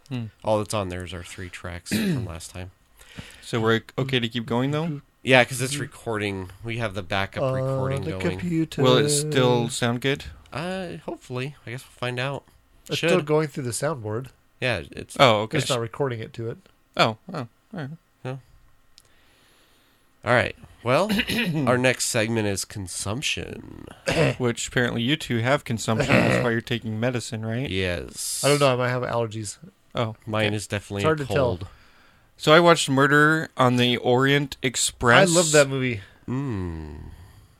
[SPEAKER 5] Hmm.
[SPEAKER 7] All that's on there is our three tracks from last time.
[SPEAKER 5] So we're okay to keep going though.
[SPEAKER 7] Yeah, because it's recording. We have Mm-hmm. Uh, the backup recording
[SPEAKER 6] on Uh, the
[SPEAKER 7] going.
[SPEAKER 6] computer.
[SPEAKER 5] Will it still sound good?
[SPEAKER 7] Uh, hopefully, I guess we'll find out.
[SPEAKER 6] It's
[SPEAKER 7] Should.
[SPEAKER 6] still going through the soundboard.
[SPEAKER 7] yeah, it's
[SPEAKER 5] Oh, okay.
[SPEAKER 6] It's not recording it to it.
[SPEAKER 5] Oh, oh, alright.
[SPEAKER 7] all right. Well, our next segment is consumption.
[SPEAKER 5] Which apparently you two have consumption. That's why you're taking medicine, right?
[SPEAKER 7] Yes.
[SPEAKER 6] I don't know. I might have allergies.
[SPEAKER 5] Oh.
[SPEAKER 7] Mine is definitely
[SPEAKER 6] It's hard to tell.
[SPEAKER 7] cold.
[SPEAKER 5] So I watched Murder on the Orient
[SPEAKER 6] I
[SPEAKER 5] Express.
[SPEAKER 6] love that movie.
[SPEAKER 7] Mm,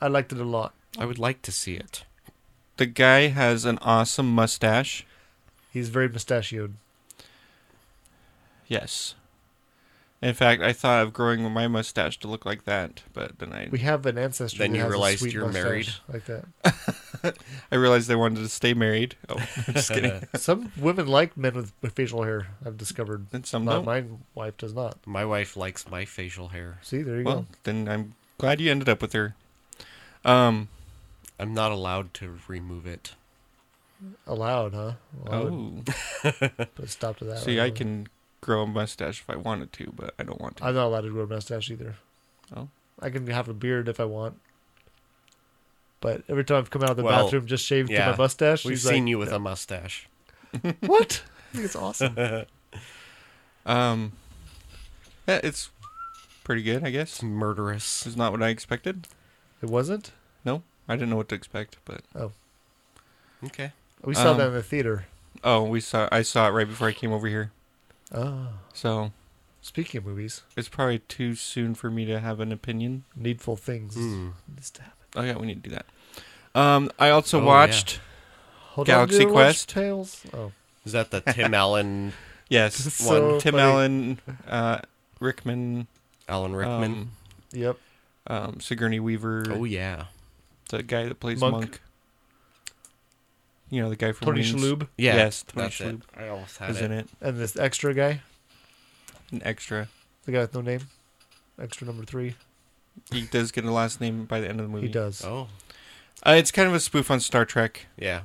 [SPEAKER 6] I liked it a lot.
[SPEAKER 7] I would like to see it.
[SPEAKER 5] The guy has an awesome mustache.
[SPEAKER 6] He's very mustachioed.
[SPEAKER 5] Yes. In fact, I thought of growing my mustache to look like that, but then I
[SPEAKER 6] We have an ancestor.
[SPEAKER 7] Then
[SPEAKER 6] that
[SPEAKER 7] you
[SPEAKER 6] has a
[SPEAKER 7] realized
[SPEAKER 6] sweet
[SPEAKER 7] you're
[SPEAKER 6] mustache
[SPEAKER 7] married.
[SPEAKER 6] like that.
[SPEAKER 5] I realized they wanted to stay married. Oh, just kidding.
[SPEAKER 6] Some women like men with facial hair. I've discovered.
[SPEAKER 5] And some
[SPEAKER 6] Not
[SPEAKER 5] don't.
[SPEAKER 6] my wife does not.
[SPEAKER 7] My wife likes my facial hair.
[SPEAKER 6] See, there you
[SPEAKER 5] Well, then I'm glad you ended up with her. Um.
[SPEAKER 7] I'm not allowed to remove it.
[SPEAKER 6] go. Allowed, huh? Well, I would
[SPEAKER 5] Oh.
[SPEAKER 6] put a stop to that.
[SPEAKER 5] See,
[SPEAKER 6] right
[SPEAKER 5] I
[SPEAKER 6] away.
[SPEAKER 5] can grow a mustache if I wanted to, but I don't want to.
[SPEAKER 6] I'm not allowed to grow a mustache either.
[SPEAKER 5] Oh.
[SPEAKER 6] I can have a beard if I want. But every time I've come out of the
[SPEAKER 7] Well,
[SPEAKER 6] bathroom, just shaved to
[SPEAKER 7] yeah.
[SPEAKER 6] my mustache.
[SPEAKER 7] We've
[SPEAKER 6] she's
[SPEAKER 7] seen
[SPEAKER 6] like, uh,
[SPEAKER 7] you with a mustache.
[SPEAKER 6] What? I think it's awesome.
[SPEAKER 5] Um. yeah, it's pretty good, I guess.
[SPEAKER 7] It's murderous.
[SPEAKER 5] It's not what I expected.
[SPEAKER 6] it wasn't.
[SPEAKER 5] No, I didn't know what to expect, but
[SPEAKER 7] Okay.
[SPEAKER 6] We saw
[SPEAKER 5] Um,
[SPEAKER 6] that in the theater.
[SPEAKER 5] Oh, we saw. I saw it right before I came over here.
[SPEAKER 6] Oh,
[SPEAKER 5] So
[SPEAKER 6] speaking of movies,
[SPEAKER 5] it's probably too soon for me to have an opinion.
[SPEAKER 6] Needful Things. is- is to happen.
[SPEAKER 5] Oh yeah, we need to do that. Um, I also
[SPEAKER 7] Oh,
[SPEAKER 5] watched.
[SPEAKER 6] Hold
[SPEAKER 5] Galaxy
[SPEAKER 6] on, did I watch
[SPEAKER 5] Quest?
[SPEAKER 6] Tales. Oh,
[SPEAKER 7] Is that the Tim Allen,
[SPEAKER 5] Yes,
[SPEAKER 6] So
[SPEAKER 5] one Tim
[SPEAKER 6] funny.
[SPEAKER 5] Allen, uh, Rickman,
[SPEAKER 7] Alan Rickman?
[SPEAKER 5] um,
[SPEAKER 6] yep.
[SPEAKER 5] um, Sigourney Weaver,
[SPEAKER 7] oh yeah,
[SPEAKER 5] the guy that plays Monk.
[SPEAKER 6] Monk.
[SPEAKER 5] You know the guy from
[SPEAKER 6] Tony
[SPEAKER 5] Wings.
[SPEAKER 6] Shalhoub
[SPEAKER 7] yeah.
[SPEAKER 5] Yes, Tony
[SPEAKER 7] that's it.
[SPEAKER 5] Shalhoub
[SPEAKER 7] I almost had
[SPEAKER 5] is
[SPEAKER 7] it.
[SPEAKER 5] in it.
[SPEAKER 6] and this extra guy,
[SPEAKER 5] An extra.
[SPEAKER 6] the guy with no name, extra number three.
[SPEAKER 5] He does get a last name by the end of the movie.
[SPEAKER 6] He does.
[SPEAKER 7] Oh
[SPEAKER 5] Uh, it's kind of a spoof on Star Trek.
[SPEAKER 7] yeah.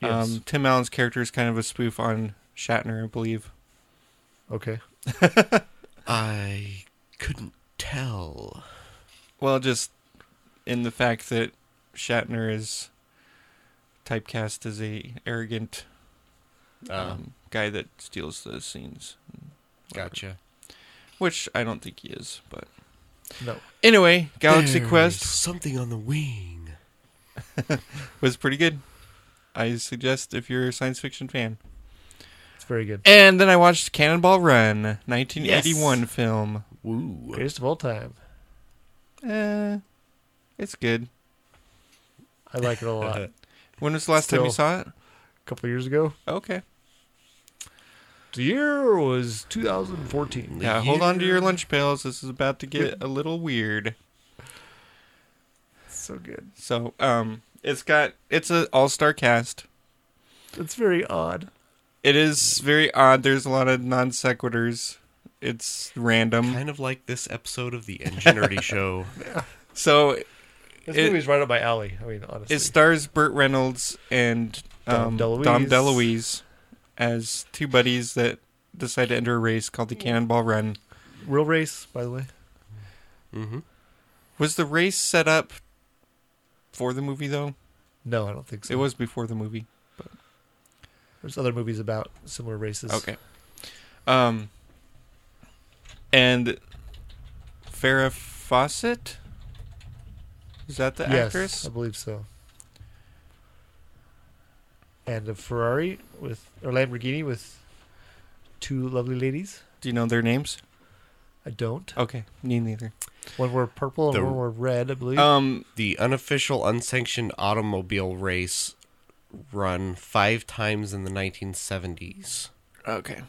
[SPEAKER 6] Yes.
[SPEAKER 5] Um, Tim Allen's character is kind of a spoof on Shatner, I believe.
[SPEAKER 6] Okay.
[SPEAKER 7] I couldn't tell.
[SPEAKER 5] Well, just in the fact that Shatner is typecast as a arrogant
[SPEAKER 7] Um,
[SPEAKER 5] um, guy that steals the scenes.
[SPEAKER 7] gotcha.
[SPEAKER 5] Which I don't think he is, but
[SPEAKER 6] No.
[SPEAKER 5] anyway, Galaxy
[SPEAKER 7] There is
[SPEAKER 5] Quest
[SPEAKER 7] Something on the wing.
[SPEAKER 5] was pretty good. I suggest if you're a science fiction fan.
[SPEAKER 6] It's very good.
[SPEAKER 5] And then I watched Cannonball Run, 1981 film.
[SPEAKER 7] Woo.
[SPEAKER 6] Greatest of all time.
[SPEAKER 5] Eh, it's good.
[SPEAKER 6] I like it a lot. A
[SPEAKER 5] When was the last time you
[SPEAKER 6] Still.
[SPEAKER 5] saw it?
[SPEAKER 6] couple years ago,
[SPEAKER 5] Okay.
[SPEAKER 6] the year was 2014.
[SPEAKER 5] Yeah, hold on to your lunch pails. This is about to get a little weird.
[SPEAKER 6] So good.
[SPEAKER 5] So, um, it's got it's a all star cast.
[SPEAKER 6] It's very odd.
[SPEAKER 5] It is very odd. There's a lot of non sequiturs. It's random.
[SPEAKER 7] Kind of like this episode of the Engine Nerdy Show.
[SPEAKER 5] So
[SPEAKER 6] This
[SPEAKER 5] It-
[SPEAKER 6] movie's right up my alley. I mean, honestly,
[SPEAKER 5] It stars Burt Reynolds and um,
[SPEAKER 6] Dom DeLuise.
[SPEAKER 5] Dom DeLuise as two buddies that decide to enter a race called the Cannonball Run.
[SPEAKER 6] real race, by the way.
[SPEAKER 7] mm-hmm.
[SPEAKER 5] Was the race set up for the movie though?
[SPEAKER 6] No, I don't think so.
[SPEAKER 5] It was before the movie.
[SPEAKER 6] There's other movies about similar races.
[SPEAKER 5] Okay. Um. And Farrah Fawcett is that the
[SPEAKER 6] yes,
[SPEAKER 5] actress?
[SPEAKER 6] I believe so. And a Ferrari with or Lamborghini with two lovely ladies.
[SPEAKER 5] Do you know their names?
[SPEAKER 6] I don't.
[SPEAKER 5] Okay, me neither.
[SPEAKER 6] One were purple and
[SPEAKER 7] The-
[SPEAKER 6] one were red, I believe.
[SPEAKER 5] Um,
[SPEAKER 7] The unofficial, unsanctioned automobile race run five times in the 1970s.
[SPEAKER 5] Okay.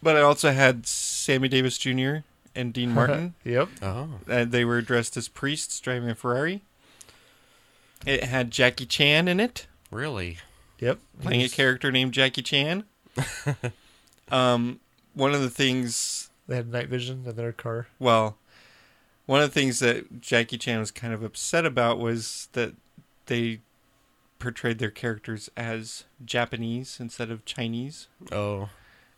[SPEAKER 5] But I also had Sammy Davis Jr. and Dean Martin.
[SPEAKER 6] Uh, yep.
[SPEAKER 7] Oh,
[SPEAKER 5] uh, they were dressed as priests driving a Ferrari. It had Jackie Chan in it,
[SPEAKER 7] really?
[SPEAKER 6] Yep.
[SPEAKER 5] playing a character named Jackie Chan. um, one of the things,
[SPEAKER 6] They had night vision in their car.
[SPEAKER 5] well, one of the things that Jackie Chan was kind of upset about was that they portrayed their characters as Japanese instead of Chinese,
[SPEAKER 7] Oh,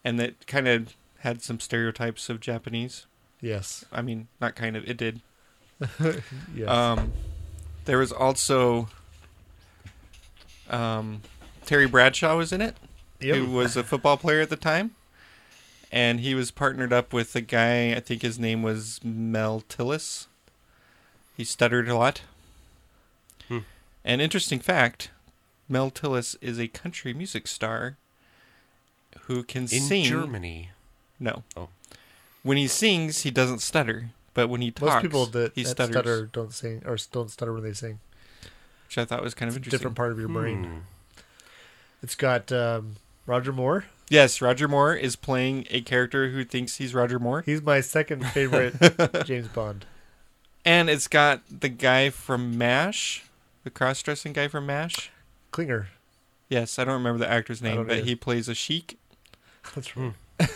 [SPEAKER 5] and that kind of had some stereotypes of Japanese.
[SPEAKER 6] Yes.
[SPEAKER 5] I mean, not kind of. It did.
[SPEAKER 6] Yes.
[SPEAKER 5] Um, there was also um, Terry Bradshaw was in it. Who
[SPEAKER 6] yep.
[SPEAKER 5] was a football player at the time, and he was partnered up with a guy. I think his name was Mel Tillis. He stuttered a lot.
[SPEAKER 7] Hmm.
[SPEAKER 5] An interesting fact: Mel Tillis is a country music star who can
[SPEAKER 7] in
[SPEAKER 5] sing.
[SPEAKER 7] Germany.
[SPEAKER 5] No.
[SPEAKER 7] Oh.
[SPEAKER 5] When he sings, he doesn't stutter, but when he talks,
[SPEAKER 6] Most people that,
[SPEAKER 5] he
[SPEAKER 6] that
[SPEAKER 5] stutters,
[SPEAKER 6] stutter don't sing or don't stutter when they sing.
[SPEAKER 5] which I thought was kind of
[SPEAKER 6] It's a
[SPEAKER 5] interesting.
[SPEAKER 6] different part of your brain.
[SPEAKER 7] Hmm.
[SPEAKER 6] It's got um, Roger Moore.
[SPEAKER 5] Yes, Roger Moore is playing a character who thinks he's Roger Moore,
[SPEAKER 6] He's my second favorite James Bond.
[SPEAKER 5] and it's got the guy from MASH, the cross-dressing guy from MASH.
[SPEAKER 6] Klinger.
[SPEAKER 5] Yes, I don't remember the actor's name,
[SPEAKER 6] don't
[SPEAKER 5] but
[SPEAKER 6] either.
[SPEAKER 5] he plays a sheik.
[SPEAKER 6] That's
[SPEAKER 5] Hmm.
[SPEAKER 6] right.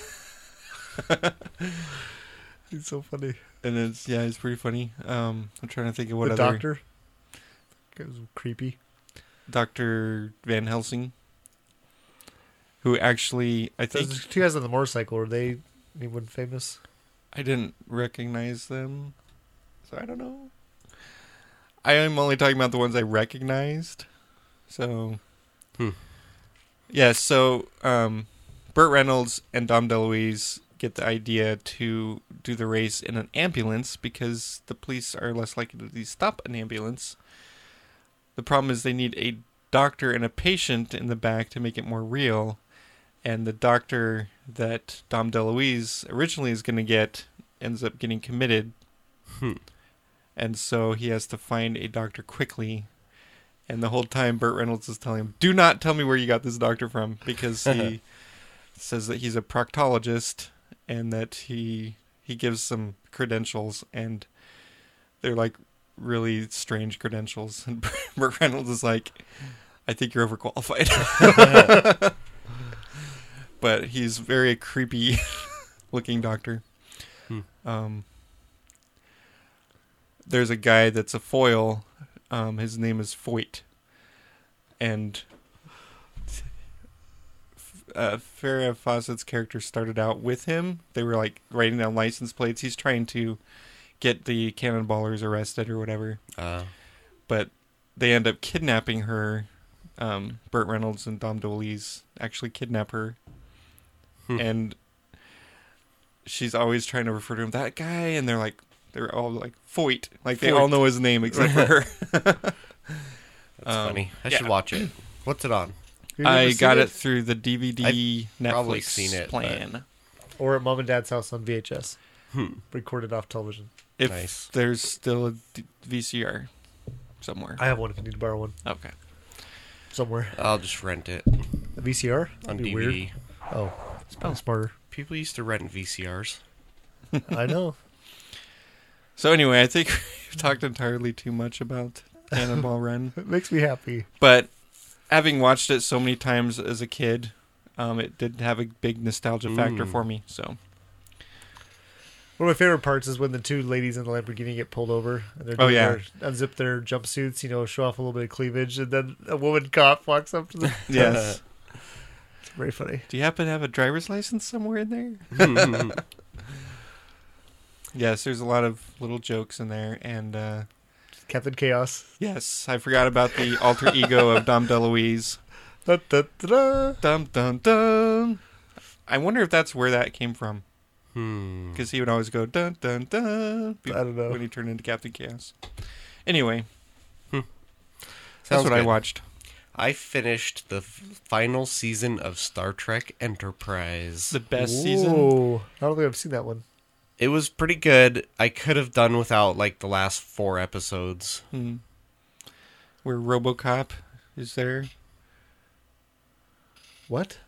[SPEAKER 6] He's so funny.
[SPEAKER 5] And it's yeah, it's pretty funny. Um, I'm trying to think of what
[SPEAKER 6] the
[SPEAKER 5] other
[SPEAKER 6] doctor. It was creepy.
[SPEAKER 5] Dr. Van Helsing, who actually I
[SPEAKER 6] Those
[SPEAKER 5] think
[SPEAKER 6] two guys on the motorcycle, were they anyone famous?
[SPEAKER 5] I didn't recognize them, so I don't know. I am only talking about the ones I recognized. So,
[SPEAKER 7] Hmm.
[SPEAKER 5] yeah. So, um, Burt Reynolds and Dom DeLuise get the idea to do the race in an ambulance because the police are less likely to stop an ambulance. The problem is they need a doctor and a patient in the back to make it more real. And the doctor that Dom DeLuise originally is going to get ends up getting committed. And so he has to find a doctor quickly. And the whole time, Burt Reynolds is telling him, Do not tell me where you got this doctor from because he says that he's a proctologist and that he he gives some credentials and they're like really strange credentials and Burt Reynolds is like I think you're overqualified but he's very creepy looking doctor um there's a guy that's a foil um his name is Foyt and uh, Farrah Fawcett's character started out with him. They were like writing down license plates. He's trying to get the cannonballers arrested or whatever.
[SPEAKER 7] Uh,
[SPEAKER 5] But they end up kidnapping her. Um, Burt Reynolds and Dom DeLuise actually kidnap her, and she's always trying to refer to him that guy. And they're like, they're all like Foyt, like they all know his name except for her.
[SPEAKER 7] that's funny. I
[SPEAKER 5] yeah.
[SPEAKER 7] should watch it. What's it on?
[SPEAKER 6] Have you ever
[SPEAKER 5] I
[SPEAKER 6] seen
[SPEAKER 5] got it through the DVD Netflix
[SPEAKER 7] probably seen it, but-
[SPEAKER 5] plan.
[SPEAKER 6] or at mom and dad's house on VHS,
[SPEAKER 5] Hmm.
[SPEAKER 6] recorded off television.
[SPEAKER 5] if
[SPEAKER 7] Nice.
[SPEAKER 5] there's still a d- VCR somewhere.
[SPEAKER 6] I have one if you need to borrow one
[SPEAKER 5] okay.
[SPEAKER 6] somewhere.
[SPEAKER 7] I'll just rent it
[SPEAKER 6] A VCR That'd
[SPEAKER 7] on
[SPEAKER 6] be
[SPEAKER 7] DVD.
[SPEAKER 6] Weird. Oh, it's probably smarter.
[SPEAKER 7] People used to rent VCRs.
[SPEAKER 6] I know.
[SPEAKER 5] So anyway, I think we've talked entirely too much about Cannonball Run,
[SPEAKER 6] It makes me happy.
[SPEAKER 5] but having watched it so many times as a kid, um, it did have a big nostalgia factor for me. So
[SPEAKER 6] One of my favorite parts is when the two ladies in the Lamborghini get pulled over and they're
[SPEAKER 5] Oh,
[SPEAKER 6] doing
[SPEAKER 5] yeah.
[SPEAKER 6] their, unzip their jumpsuits, you know, show off a little bit of cleavage, and then a woman cop walks up to them.
[SPEAKER 5] yes,
[SPEAKER 6] It's very funny.
[SPEAKER 5] do you happen to have a driver's license somewhere in there? yes, there's a lot of little jokes in there, and uh,
[SPEAKER 6] Captain Chaos.
[SPEAKER 5] yes, I forgot about the alter ego of Dom DeLuise.
[SPEAKER 6] Da, da, da, da.
[SPEAKER 5] Dum dum dum. I wonder if that's where that came from.
[SPEAKER 7] Hmm.
[SPEAKER 5] Because he would always go dun dun dun.
[SPEAKER 6] I don't know.
[SPEAKER 5] When he turned into Captain Chaos. Anyway,
[SPEAKER 7] Hmm. Sounds
[SPEAKER 5] that's what I
[SPEAKER 7] good.
[SPEAKER 5] watched.
[SPEAKER 7] I finished the f- final season of Star Trek Enterprise.
[SPEAKER 5] The best season.
[SPEAKER 6] Ooh, I don't think I've seen that one.
[SPEAKER 7] it was pretty good. I could have done without like the last four episodes.
[SPEAKER 5] Where RoboCop is there.
[SPEAKER 6] What?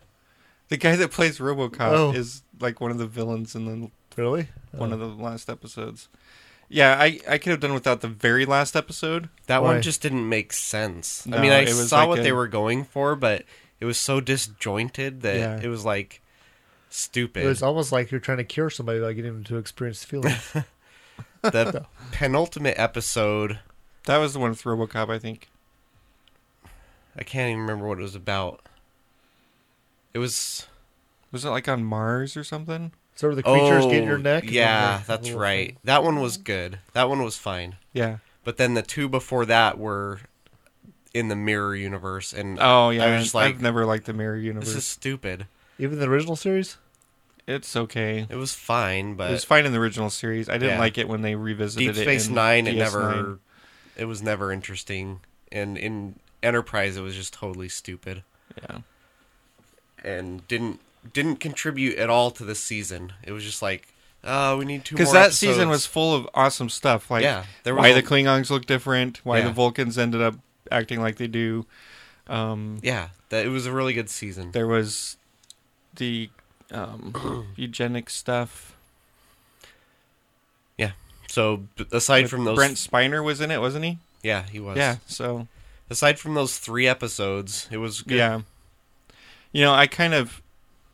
[SPEAKER 5] The guy that plays RoboCop
[SPEAKER 6] Oh.
[SPEAKER 5] is like one of the villains in the
[SPEAKER 6] Really?
[SPEAKER 5] one of the last episodes. Yeah, I I could have done without the very last episode.
[SPEAKER 7] That
[SPEAKER 6] Why?
[SPEAKER 7] one just didn't make sense.
[SPEAKER 5] No,
[SPEAKER 7] I mean, I
[SPEAKER 5] it was
[SPEAKER 7] saw
[SPEAKER 5] like
[SPEAKER 7] what
[SPEAKER 5] a-
[SPEAKER 7] they were going for, but it was so disjointed that
[SPEAKER 5] Yeah.
[SPEAKER 7] it was like stupid.
[SPEAKER 6] It was almost like you're trying to cure somebody by getting them to experience feelings.
[SPEAKER 7] the penultimate episode.
[SPEAKER 5] That was the one with RoboCop, I think.
[SPEAKER 7] I can't even remember what it was about. It was
[SPEAKER 5] Was it like on Mars or something?
[SPEAKER 6] sort of the creatures
[SPEAKER 7] oh,
[SPEAKER 6] get in your neck. and then
[SPEAKER 7] Yeah,
[SPEAKER 6] they-
[SPEAKER 7] that's right. That one was good. That one was fine.
[SPEAKER 5] Yeah.
[SPEAKER 7] But then the two before that were in the mirror universe, and
[SPEAKER 5] Oh yeah.
[SPEAKER 7] I was just like,
[SPEAKER 5] I've never liked the Mirror Universe.
[SPEAKER 7] this is stupid.
[SPEAKER 6] Even the original series?
[SPEAKER 5] It's okay.
[SPEAKER 7] It was fine, but
[SPEAKER 5] It was fine in the original series. I didn't
[SPEAKER 7] Uh, Yeah.
[SPEAKER 5] like it when they revisited
[SPEAKER 7] Deep
[SPEAKER 5] it.
[SPEAKER 7] Space
[SPEAKER 5] in
[SPEAKER 7] Nine, it
[SPEAKER 5] DS9.
[SPEAKER 7] never, it was never interesting, and in Enterprise, it was just totally stupid
[SPEAKER 5] Yeah.
[SPEAKER 7] and didn't didn't contribute at all to the season. It was just like, oh, we need two.
[SPEAKER 5] Because
[SPEAKER 7] more
[SPEAKER 5] that season was
[SPEAKER 7] episodes.
[SPEAKER 5] full of awesome stuff. Like
[SPEAKER 7] Yeah, there was
[SPEAKER 5] why
[SPEAKER 7] a-
[SPEAKER 5] the Klingons look different, why
[SPEAKER 7] Yeah.
[SPEAKER 5] the Vulcans ended up acting like they do. Um,
[SPEAKER 7] yeah, that it was a really good season.
[SPEAKER 5] there was the um, eugenic stuff.
[SPEAKER 7] Yeah. So b- aside
[SPEAKER 5] With
[SPEAKER 7] from those,
[SPEAKER 5] Brent Spiner was in it, wasn't he?
[SPEAKER 7] yeah, he was.
[SPEAKER 5] Yeah. So
[SPEAKER 7] Aside from those three episodes, it was good.
[SPEAKER 5] yeah, you know, I kind of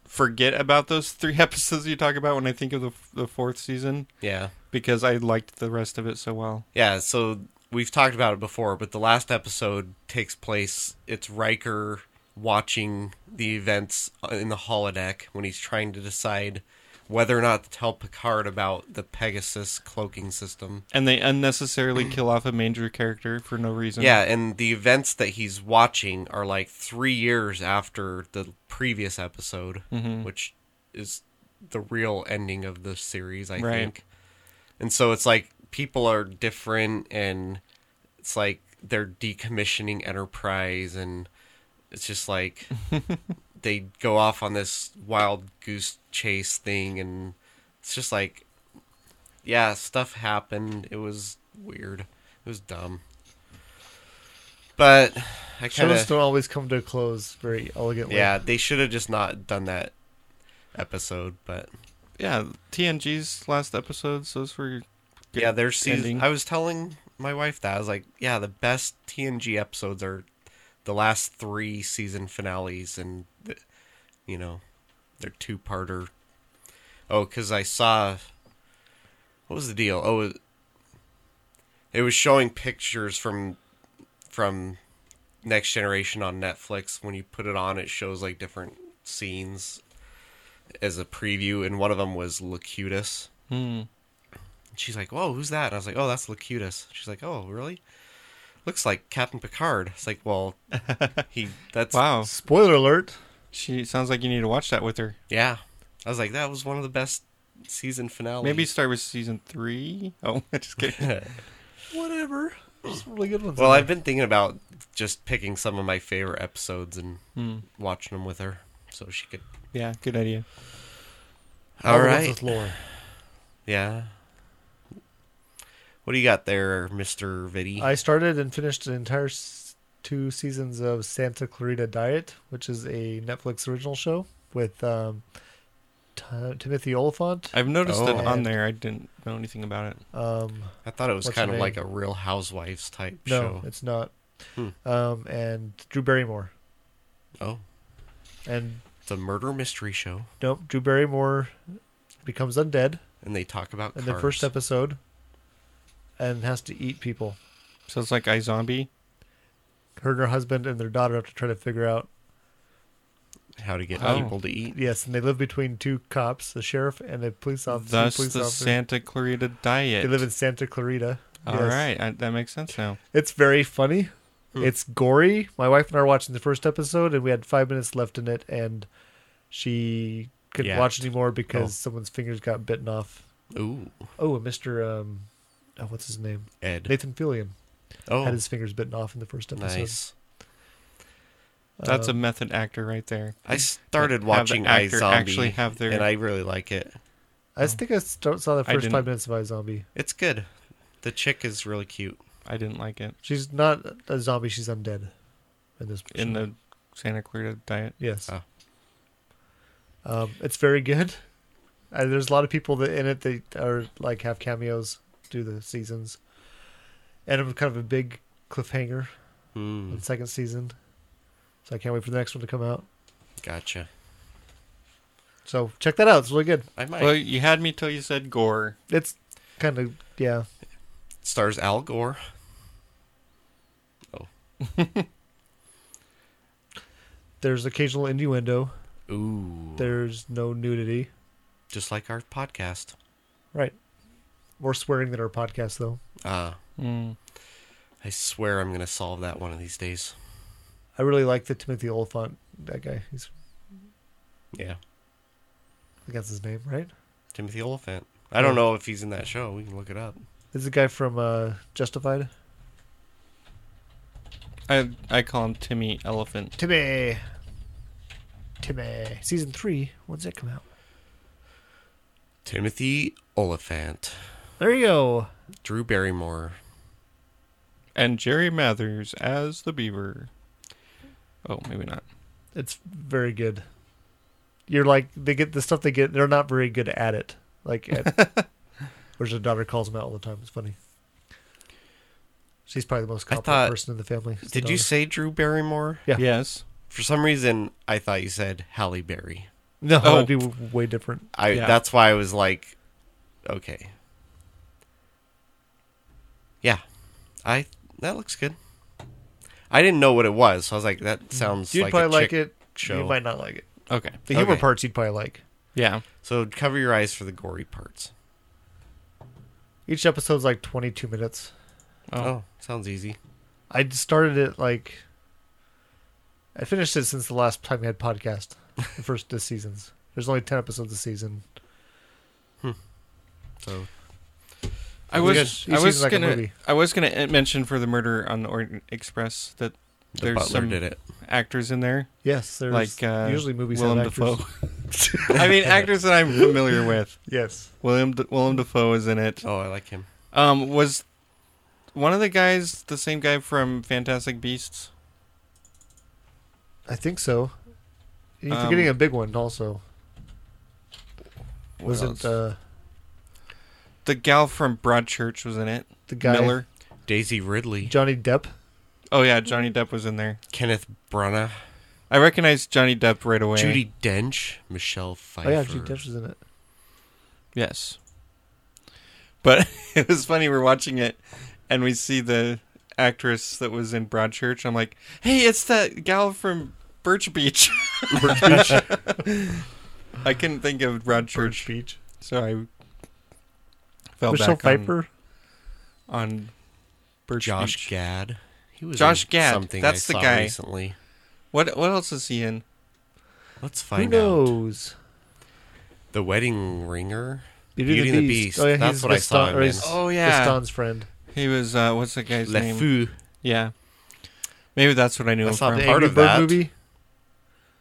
[SPEAKER 5] forget about those three episodes you talk about when I think of the the fourth season
[SPEAKER 7] yeah,
[SPEAKER 5] because I liked the rest of it so well.
[SPEAKER 7] yeah. So we've talked about it before, but the last episode takes place. It's Riker watching the events in the holodeck when he's trying to decide whether or not to tell Picard about the Pegasus cloaking system.
[SPEAKER 5] and they unnecessarily kill off a major character for no reason.
[SPEAKER 7] Yeah, and the events that he's watching are like three years after the previous episode, which is the real ending of the series, I
[SPEAKER 5] Right.
[SPEAKER 7] think. And so it's like people are different, and it's like they're decommissioning Enterprise, and it's just like they go off on this wild goose chase thing, and it's just like, yeah, stuff happened. It was weird. It was dumb. But I kind
[SPEAKER 6] Shows
[SPEAKER 7] of
[SPEAKER 6] don't always come to a close very elegantly.
[SPEAKER 7] yeah, they should have just not done that episode, but.
[SPEAKER 5] Yeah, TNG's last episodes. Those were good
[SPEAKER 7] yeah, their season.
[SPEAKER 5] ending.
[SPEAKER 7] I was telling my wife that I was like, yeah, the best TNG episodes are the last three season finales, and th- you know, they're two parter. Oh, because I saw what was the deal? Oh, it- it was showing pictures from from Next Generation on Netflix. When you put it on, it shows like different scenes as a preview, and one of them was Locutus. And she's like, "Whoa, who's that?" And I was like, "Oh, that's Locutus." She's like, "Oh, really? Looks like Captain Picard." It's like, "Well, he that's
[SPEAKER 5] wow,
[SPEAKER 6] Spoiler alert.
[SPEAKER 5] she sounds like you need to watch that with her.
[SPEAKER 7] yeah." I was like, "That was one of the best season finales."
[SPEAKER 5] Maybe start with season three. Oh, just kidding.
[SPEAKER 7] whatever.
[SPEAKER 6] There's some really good ones.
[SPEAKER 7] Well,
[SPEAKER 6] in
[SPEAKER 7] I've been thinking about just picking some of my favorite episodes and watching them with her, so she could.
[SPEAKER 5] yeah, good idea.
[SPEAKER 6] there. All
[SPEAKER 7] All
[SPEAKER 6] the ones
[SPEAKER 7] right.
[SPEAKER 6] With lore.
[SPEAKER 7] Yeah. What do you got there, Mister Vitti?
[SPEAKER 6] I started and finished the entire s- two seasons of Santa Clarita Diet, which is a Netflix original show with um, Ti- Timothy Oliphant.
[SPEAKER 5] I've noticed
[SPEAKER 7] Oh.
[SPEAKER 5] it on there. I didn't know anything about it.
[SPEAKER 6] Um,
[SPEAKER 7] I thought it was
[SPEAKER 6] What's
[SPEAKER 7] kind
[SPEAKER 6] her
[SPEAKER 7] of
[SPEAKER 6] name?
[SPEAKER 7] like a Real Housewives type
[SPEAKER 6] no,
[SPEAKER 7] show.
[SPEAKER 6] it's not.
[SPEAKER 5] Hmm.
[SPEAKER 6] Um, and Drew Barrymore.
[SPEAKER 7] Oh,
[SPEAKER 6] And
[SPEAKER 7] it's a murder mystery show,
[SPEAKER 6] nope, Drew Barrymore becomes undead
[SPEAKER 7] and they talk about
[SPEAKER 6] in
[SPEAKER 7] cars.
[SPEAKER 6] the first episode and has to eat people.
[SPEAKER 5] So it's like iZombie.
[SPEAKER 6] Her and her husband and their daughter have to try to figure out
[SPEAKER 7] how to get
[SPEAKER 5] Oh.
[SPEAKER 7] people to eat.
[SPEAKER 6] Yes, and they live between two cops, the sheriff and a police officer.
[SPEAKER 5] Thus,
[SPEAKER 6] police
[SPEAKER 5] the
[SPEAKER 6] officer.
[SPEAKER 5] Santa Clarita Diet.
[SPEAKER 6] They live in Santa Clarita.
[SPEAKER 5] All
[SPEAKER 6] Yes.
[SPEAKER 5] right, I, that makes sense now.
[SPEAKER 6] It's very funny. It's gory. My wife and I were watching the first episode, and we had five minutes left in it, and she couldn't
[SPEAKER 7] Yeah.
[SPEAKER 6] watch anymore because someone's fingers got bitten off.
[SPEAKER 7] Ooh,
[SPEAKER 6] Oh, and Mr. Um, oh, what's his name?
[SPEAKER 7] Ed.
[SPEAKER 6] Nathan Fillion
[SPEAKER 7] oh,
[SPEAKER 6] had his fingers bitten off in the first episode.
[SPEAKER 7] nice.
[SPEAKER 5] That's a method actor right there.
[SPEAKER 7] I started
[SPEAKER 5] Have the
[SPEAKER 7] watching
[SPEAKER 5] actor
[SPEAKER 7] iZombie,
[SPEAKER 5] actually have their-
[SPEAKER 7] and I really like it.
[SPEAKER 6] I think I st- saw the
[SPEAKER 5] I
[SPEAKER 6] first
[SPEAKER 5] didn't-
[SPEAKER 6] five minutes of iZombie.
[SPEAKER 7] It's good. The chick is really cute.
[SPEAKER 5] I didn't like it
[SPEAKER 6] She's not a zombie; she's undead. In this,
[SPEAKER 5] in the Santa Clarita Diet.
[SPEAKER 6] Yes.
[SPEAKER 7] Ah.
[SPEAKER 6] Um, it's very good. Uh, there's a lot of people that in it that are like have cameos, do the seasons, and it was kind of a big cliffhanger
[SPEAKER 7] Hmm.
[SPEAKER 6] in the second season. So I can't wait for the next one to come out.
[SPEAKER 7] Gotcha.
[SPEAKER 6] So check that out. It's really good.
[SPEAKER 7] I might.
[SPEAKER 5] Well, you had me till you said gore.
[SPEAKER 6] It's kind of yeah.
[SPEAKER 7] Stars Al Gore.
[SPEAKER 6] There's occasional innuendo.
[SPEAKER 7] Ooh,
[SPEAKER 6] There's no nudity.
[SPEAKER 7] just like our podcast.
[SPEAKER 6] Right. More swearing than our podcast though.
[SPEAKER 7] Uh, I swear I'm gonna solve that one of these days.
[SPEAKER 6] I really like the Timothy Oliphant that guy. He's
[SPEAKER 7] Yeah,
[SPEAKER 6] I think that's his name, right?
[SPEAKER 7] Timothy Oliphant. I don't know if he's in that show. We can look it up.
[SPEAKER 6] This is the guy from uh, Justified.
[SPEAKER 5] I I call him Timmy Elephant.
[SPEAKER 6] Timmy. Timmy. Season three. When's it come out?
[SPEAKER 7] Timothy Oliphant,
[SPEAKER 6] There you go.
[SPEAKER 7] Drew Barrymore.
[SPEAKER 5] and Jerry Mathers as the Beaver. Oh, maybe not.
[SPEAKER 6] It's very good. You're like they get the stuff they get. They're not very good at it. Like, at, whereas the daughter calls them out all the time. It's funny. She's probably the most
[SPEAKER 7] I
[SPEAKER 6] competent
[SPEAKER 7] thought-
[SPEAKER 6] person in the family. is the
[SPEAKER 7] Did you
[SPEAKER 6] daughter.
[SPEAKER 7] say Drew Barrymore?
[SPEAKER 6] Yeah.
[SPEAKER 5] Yes.
[SPEAKER 7] For some reason, I thought you said Halle Berry.
[SPEAKER 6] no?
[SPEAKER 5] Oh.
[SPEAKER 6] That'd be w- way different.
[SPEAKER 7] I
[SPEAKER 5] Yeah.
[SPEAKER 7] that's why I was like, okay, yeah, I that looks good. I didn't know what it was, so I was like,
[SPEAKER 5] Mm-hmm.
[SPEAKER 7] that sounds.
[SPEAKER 6] You'd
[SPEAKER 7] like
[SPEAKER 6] probably
[SPEAKER 7] a
[SPEAKER 6] like
[SPEAKER 7] chick
[SPEAKER 6] it.
[SPEAKER 7] Show.
[SPEAKER 6] You might not like it.
[SPEAKER 5] Okay.
[SPEAKER 6] The humor
[SPEAKER 7] Okay.
[SPEAKER 6] parts you'd probably like.
[SPEAKER 5] Yeah.
[SPEAKER 7] So cover your eyes for the gory parts.
[SPEAKER 6] Each episode's like 22 minutes.
[SPEAKER 7] Oh,
[SPEAKER 5] Oh.
[SPEAKER 7] sounds easy.
[SPEAKER 6] I just started it like I finished it since the last time we had podcast. The first this season's. There's only ten episodes a season.
[SPEAKER 7] So
[SPEAKER 5] I
[SPEAKER 6] It's
[SPEAKER 5] was
[SPEAKER 6] good. It
[SPEAKER 5] I was
[SPEAKER 6] seems like a
[SPEAKER 5] gonna
[SPEAKER 6] movie.
[SPEAKER 5] I was gonna uh, mention for the murder on the Orient Express that
[SPEAKER 7] The
[SPEAKER 5] there's
[SPEAKER 7] butler
[SPEAKER 5] some
[SPEAKER 7] did it.
[SPEAKER 5] actors in there
[SPEAKER 6] Yes, there's
[SPEAKER 5] like uh,
[SPEAKER 6] usually movies
[SPEAKER 5] Willem
[SPEAKER 6] have actors.
[SPEAKER 5] Dafoe. I mean actors that I'm familiar with.
[SPEAKER 6] Yes,
[SPEAKER 5] William D- Willem Dafoe is in it.
[SPEAKER 7] Oh, I like him.
[SPEAKER 5] Um, was one of the guys the same guy from Fantastic Beasts?
[SPEAKER 6] I think so. You're
[SPEAKER 5] Um,
[SPEAKER 6] forgetting a big one also.
[SPEAKER 5] What
[SPEAKER 6] Was
[SPEAKER 5] else?
[SPEAKER 6] it uh,
[SPEAKER 5] the gal from Broadchurch was in it?
[SPEAKER 6] the guy
[SPEAKER 5] Miller.
[SPEAKER 7] Daisy Ridley,
[SPEAKER 6] Johnny Depp?
[SPEAKER 5] Oh yeah, Johnny Depp was in there.
[SPEAKER 7] Kenneth Branagh,
[SPEAKER 5] I recognized Johnny Depp right away.
[SPEAKER 7] Judy Dench, Michelle Pfeiffer.
[SPEAKER 6] Oh yeah, Judy Depp was in it.
[SPEAKER 5] Yes. But it was funny. We're watching it, and we see the actress that was in Broadchurch. I'm like, hey, it's that gal from Birch Beach. I couldn't think of Broadchurch,
[SPEAKER 6] Beach.
[SPEAKER 5] so I fell
[SPEAKER 6] Michelle
[SPEAKER 5] back on-
[SPEAKER 6] Pfeiffer.
[SPEAKER 5] on, Birch
[SPEAKER 7] Josh
[SPEAKER 5] Beach.
[SPEAKER 7] Gad. He was
[SPEAKER 5] Josh
[SPEAKER 7] in
[SPEAKER 5] Gad,
[SPEAKER 7] Something
[SPEAKER 5] that's
[SPEAKER 7] I
[SPEAKER 5] the
[SPEAKER 7] saw
[SPEAKER 5] guy.
[SPEAKER 7] Recently,
[SPEAKER 5] What what else is he in?
[SPEAKER 7] let's
[SPEAKER 6] Who
[SPEAKER 7] find out.
[SPEAKER 6] knows?
[SPEAKER 7] The Wedding Ringer.
[SPEAKER 6] Beauty, and the Beast. Oh yeah,
[SPEAKER 7] That's
[SPEAKER 6] he's
[SPEAKER 7] what I
[SPEAKER 6] Gaston,
[SPEAKER 7] saw him
[SPEAKER 6] or
[SPEAKER 7] in.
[SPEAKER 6] he's
[SPEAKER 5] Oh, yeah.
[SPEAKER 6] Gaston's friend.
[SPEAKER 5] He was uh, what's that guy's
[SPEAKER 7] Le
[SPEAKER 5] name?
[SPEAKER 7] Fou.
[SPEAKER 5] Yeah, maybe that's what I knew
[SPEAKER 7] I
[SPEAKER 5] him
[SPEAKER 7] saw
[SPEAKER 5] from.
[SPEAKER 7] the-
[SPEAKER 6] The
[SPEAKER 7] Part
[SPEAKER 6] Angry
[SPEAKER 7] of
[SPEAKER 6] Bird
[SPEAKER 7] that.
[SPEAKER 6] movie,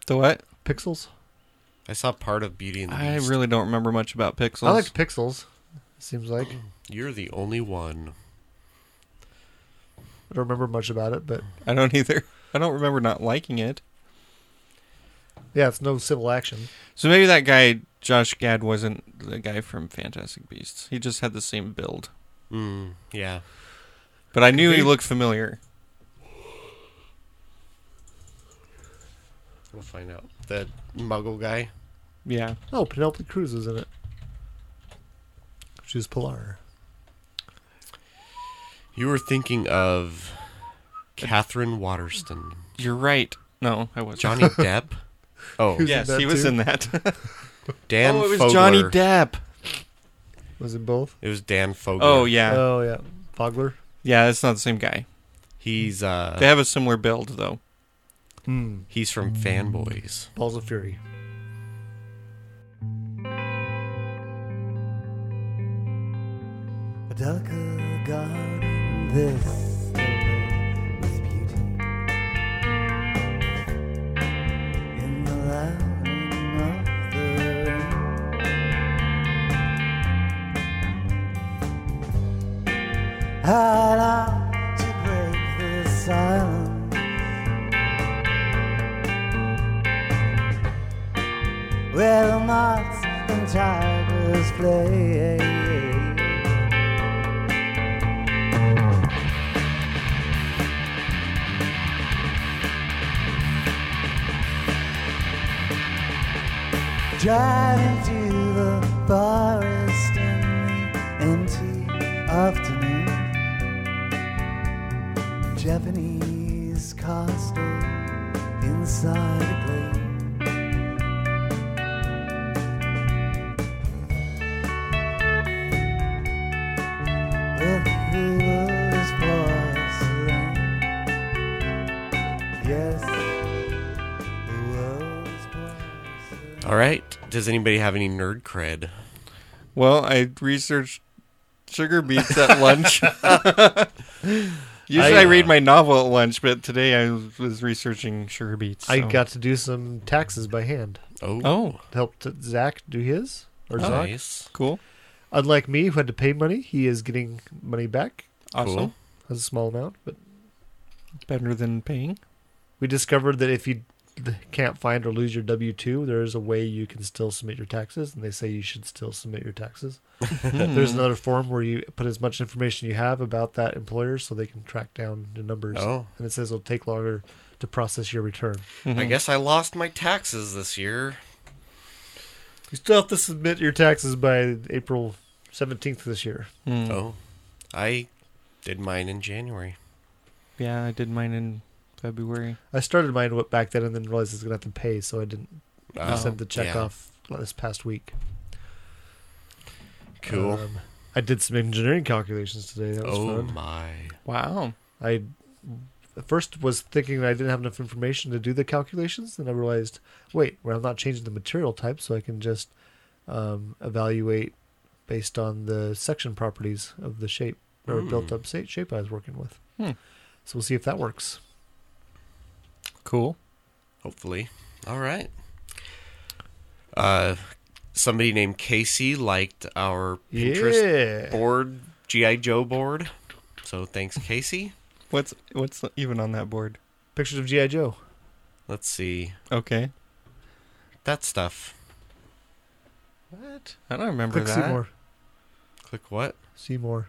[SPEAKER 5] The what?
[SPEAKER 6] Pixels.
[SPEAKER 7] I saw part of Beauty and the
[SPEAKER 5] I
[SPEAKER 7] Beast.
[SPEAKER 5] really don't remember much about Pixels.
[SPEAKER 6] I liked Pixels. Seems like I
[SPEAKER 7] You're the only one.
[SPEAKER 6] don't remember much about it, but
[SPEAKER 5] I don't either. I don't remember not liking it.
[SPEAKER 6] yeah, it's no civil action.
[SPEAKER 5] So maybe that guy Josh Gad wasn't the guy from Fantastic Beasts. He just had the same build.
[SPEAKER 7] Mm, yeah.
[SPEAKER 5] But I knew he looked familiar.
[SPEAKER 7] We'll find out. The muggle guy.
[SPEAKER 5] Yeah.
[SPEAKER 6] Oh, Penelope Cruz is in it. She was Pilar.
[SPEAKER 7] You were thinking of Catherine Waterston.
[SPEAKER 5] You're right. No, I wasn't.
[SPEAKER 7] Johnny Depp. Oh,
[SPEAKER 6] Who's-
[SPEAKER 5] yes,
[SPEAKER 6] that
[SPEAKER 5] he was
[SPEAKER 6] too?
[SPEAKER 5] in that.
[SPEAKER 7] Dan
[SPEAKER 5] oh, it was
[SPEAKER 7] Fogler.
[SPEAKER 5] Johnny Depp.
[SPEAKER 6] Was in both.
[SPEAKER 7] It was Dan Fogler.
[SPEAKER 5] Oh, yeah.
[SPEAKER 6] Oh yeah, Fogler.
[SPEAKER 5] yeah, that's not the same guy.
[SPEAKER 7] He's uh
[SPEAKER 5] They have a similar build, though.
[SPEAKER 6] Mm.
[SPEAKER 7] he's from Fanboys.
[SPEAKER 6] Balls of Fury.
[SPEAKER 9] A darker garden, this temple with beauty. In the lining of the rain. I like to break the silence where the moths and tigers play. Driving through the forest in the empty afternoon. Japanese car store inside a plane. With rulers porcelain. Yes, the world's porcelain.
[SPEAKER 7] All right. Does anybody have any nerd cred?
[SPEAKER 5] Well, I researched sugar beets at lunch. Usually I,
[SPEAKER 7] I, uh,
[SPEAKER 5] read my novel at lunch, but today I was researching sugar beets.
[SPEAKER 6] I
[SPEAKER 5] so-
[SPEAKER 6] got to do some taxes by hand.
[SPEAKER 7] Oh,
[SPEAKER 5] Oh,
[SPEAKER 6] Helped Zach do his or Zach.
[SPEAKER 7] nice.
[SPEAKER 5] cool.
[SPEAKER 6] Unlike me, who had to pay money, he is getting money back.
[SPEAKER 5] Awesome.
[SPEAKER 7] Cool.
[SPEAKER 6] as a small amount, but
[SPEAKER 5] Better than paying.
[SPEAKER 6] we discovered that if you d- can't find or lose your W two, there is a way you can still submit your taxes, and they say you should still submit your taxes. There's another form where you put as much information you have about that employer, so they can track down the numbers.
[SPEAKER 7] Oh.
[SPEAKER 6] and it says it'll take longer to process your return.
[SPEAKER 7] I
[SPEAKER 5] Mm-hmm.
[SPEAKER 7] guess I lost my taxes this year.
[SPEAKER 6] You still have to submit your taxes by April seventeenth this year.
[SPEAKER 5] Mm.
[SPEAKER 7] Oh, I did mine in January.
[SPEAKER 5] Yeah, I did mine in February.
[SPEAKER 6] I started mine w- back then, and then realized I was gonna have to pay, so I didn't I
[SPEAKER 7] Oh,
[SPEAKER 6] sent the check
[SPEAKER 7] yeah.
[SPEAKER 6] off this past week.
[SPEAKER 7] Cool.
[SPEAKER 6] Um, I did some engineering calculations today. That was
[SPEAKER 7] oh
[SPEAKER 6] fun.
[SPEAKER 7] my.
[SPEAKER 5] Wow.
[SPEAKER 7] Oh.
[SPEAKER 6] I at first was thinking that I didn't have enough information to do the calculations. Then I realized, wait, well, I'm not changing the material type, so I can just um, evaluate based on the section properties of the shape or
[SPEAKER 7] Hmm.
[SPEAKER 6] built up sa- shape I was working with.
[SPEAKER 5] Hmm.
[SPEAKER 6] So we'll see if that works.
[SPEAKER 3] Cool.
[SPEAKER 7] Hopefully. All right. Uh, somebody named Casey liked our Pinterest
[SPEAKER 6] yeah.
[SPEAKER 7] board, GI Joe board. So thanks, Casey.
[SPEAKER 5] What's what's even on that board?
[SPEAKER 6] Pictures of G.I. Joe.
[SPEAKER 7] Let's see
[SPEAKER 5] Okay,
[SPEAKER 7] that stuff.
[SPEAKER 6] What?
[SPEAKER 5] I don't remember
[SPEAKER 6] Click
[SPEAKER 5] that.
[SPEAKER 6] see more.
[SPEAKER 7] Click what?
[SPEAKER 6] See more.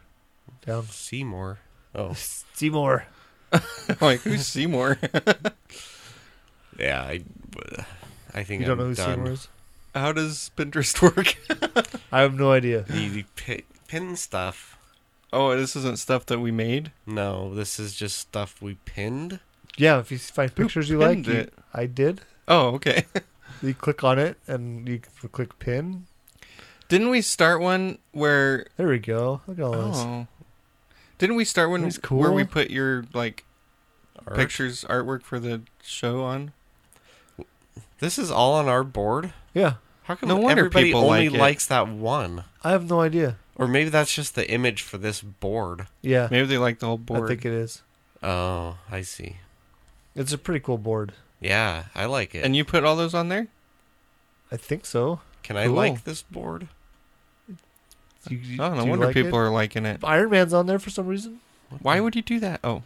[SPEAKER 6] Down.
[SPEAKER 7] Seymour. Oh,
[SPEAKER 6] See more.
[SPEAKER 5] like who's Seymour?
[SPEAKER 7] yeah. I, I think
[SPEAKER 6] You
[SPEAKER 7] I'm
[SPEAKER 6] don't know who
[SPEAKER 7] done.
[SPEAKER 6] Seymour is?
[SPEAKER 5] How does Pinterest work?
[SPEAKER 6] I have no idea.
[SPEAKER 7] The, the pi- pin stuff.
[SPEAKER 5] Oh, this isn't stuff that we made.
[SPEAKER 7] No, this is just stuff we pinned.
[SPEAKER 6] Yeah, if you find pictures you like,
[SPEAKER 5] pinned
[SPEAKER 6] you-
[SPEAKER 5] it?
[SPEAKER 6] I did.
[SPEAKER 5] Oh, okay.
[SPEAKER 6] You click on it and you can click pin.
[SPEAKER 5] Didn't we start one where?
[SPEAKER 6] There we go. Look at all this.
[SPEAKER 5] Oh, didn't we start one
[SPEAKER 6] That's cool.
[SPEAKER 5] where we put your like
[SPEAKER 7] Art.
[SPEAKER 5] pictures artwork for the show on?
[SPEAKER 7] This is all on our board.
[SPEAKER 6] Yeah,
[SPEAKER 7] How come
[SPEAKER 5] No wonder
[SPEAKER 7] everybody
[SPEAKER 5] people
[SPEAKER 7] only
[SPEAKER 5] like it.
[SPEAKER 7] likes that one?
[SPEAKER 6] I have no idea.
[SPEAKER 7] Or maybe that's just the image for this board.
[SPEAKER 6] Yeah,
[SPEAKER 5] Maybe they like the whole board.
[SPEAKER 6] I think it is.
[SPEAKER 7] Oh, I see.
[SPEAKER 6] It's a pretty cool board.
[SPEAKER 7] Yeah, I like it.
[SPEAKER 5] And you put all those on there?
[SPEAKER 6] I think so.
[SPEAKER 7] Can I
[SPEAKER 5] Cool.
[SPEAKER 7] like this board?
[SPEAKER 6] You, you,
[SPEAKER 5] Oh, no
[SPEAKER 6] do you
[SPEAKER 5] wonder
[SPEAKER 6] like
[SPEAKER 5] people
[SPEAKER 6] it?
[SPEAKER 5] are liking it.
[SPEAKER 6] Iron Man's on there for some reason.
[SPEAKER 5] Why would you do that? Oh,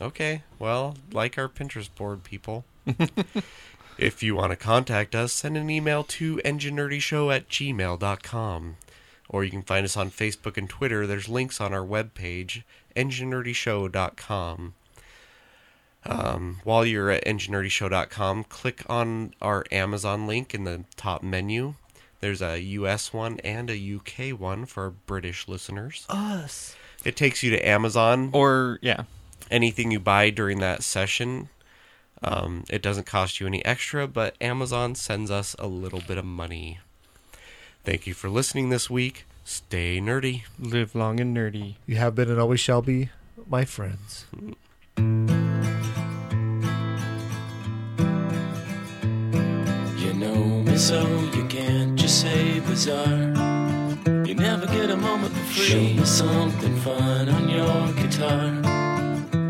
[SPEAKER 7] Okay, well, like our Pinterest board, people. if you want to contact us, send an email to enginerdyshow at gmail.com. Or you can find us on Facebook and Twitter. There's links on our webpage, enginerdyshow.com. Um, while you're at enginerdyshow.com, click on our Amazon link in the top menu. There's a US one and a UK one for our British listeners.
[SPEAKER 6] Us.
[SPEAKER 7] It takes you to Amazon
[SPEAKER 5] or yeah,
[SPEAKER 7] anything you buy during that session. Um, it doesn't cost you any extra, but Amazon sends us a little bit of money. Thank you for listening this week. Stay nerdy.
[SPEAKER 5] live long and nerdy.
[SPEAKER 6] You have been and always shall be my friends.
[SPEAKER 4] You know me so you can't just say bizarre. You never get a moment for free. Show me something fun on your guitar.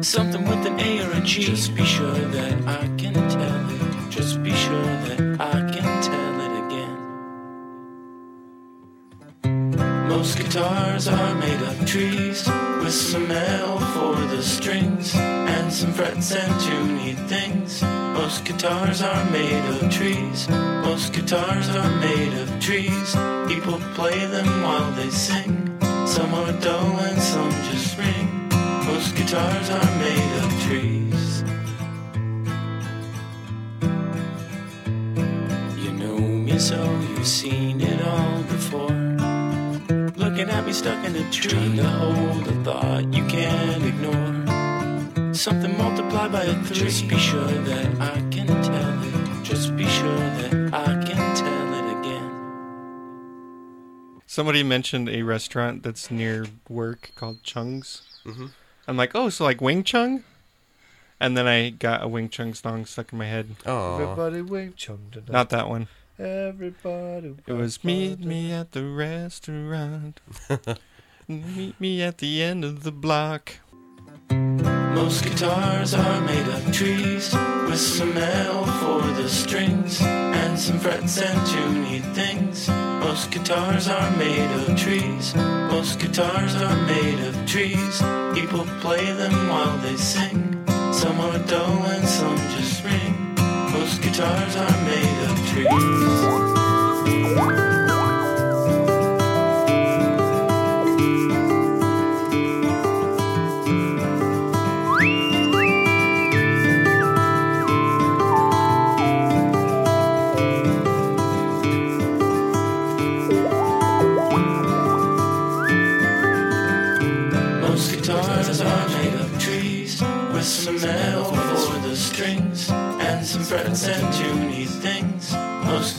[SPEAKER 4] Something with an A or a G. Just be sure that I can tell it. Just be sure that I can tell it again. Most guitars are made of trees with some L for the strings and some frets and two neat things. Most guitars are made of trees. Most guitars are made of trees. People play them while they sing. Some are dull and some just ring. Most guitars are made of trees. You know me so you've seen it all before looking at me stuck in a tree. Trying to hold a thought you can't ignore. Something multiplied by a three. Just be sure that I can tell it. Just be sure that I can tell it again.
[SPEAKER 5] Somebody mentioned a restaurant that's near work called Chung's. I'm like, oh, so like Wing Chung? And then I got a Wing Chung song stuck in my head.
[SPEAKER 7] Oh,
[SPEAKER 6] Everybody wing chung tonight.
[SPEAKER 5] Not that one.
[SPEAKER 6] Everybody.
[SPEAKER 5] It was meet me at the restaurant. meet me at the end of the block.
[SPEAKER 4] Most guitars are made of trees with some L for the strings and some frets and two neat things. Most guitars are made of trees. Most guitars are made of trees. People play them while they sing. Some are dull and some just ring. Most guitars are made of trees. Most guitars are made of trees with some metal for the strings and some frets and tuney things. Most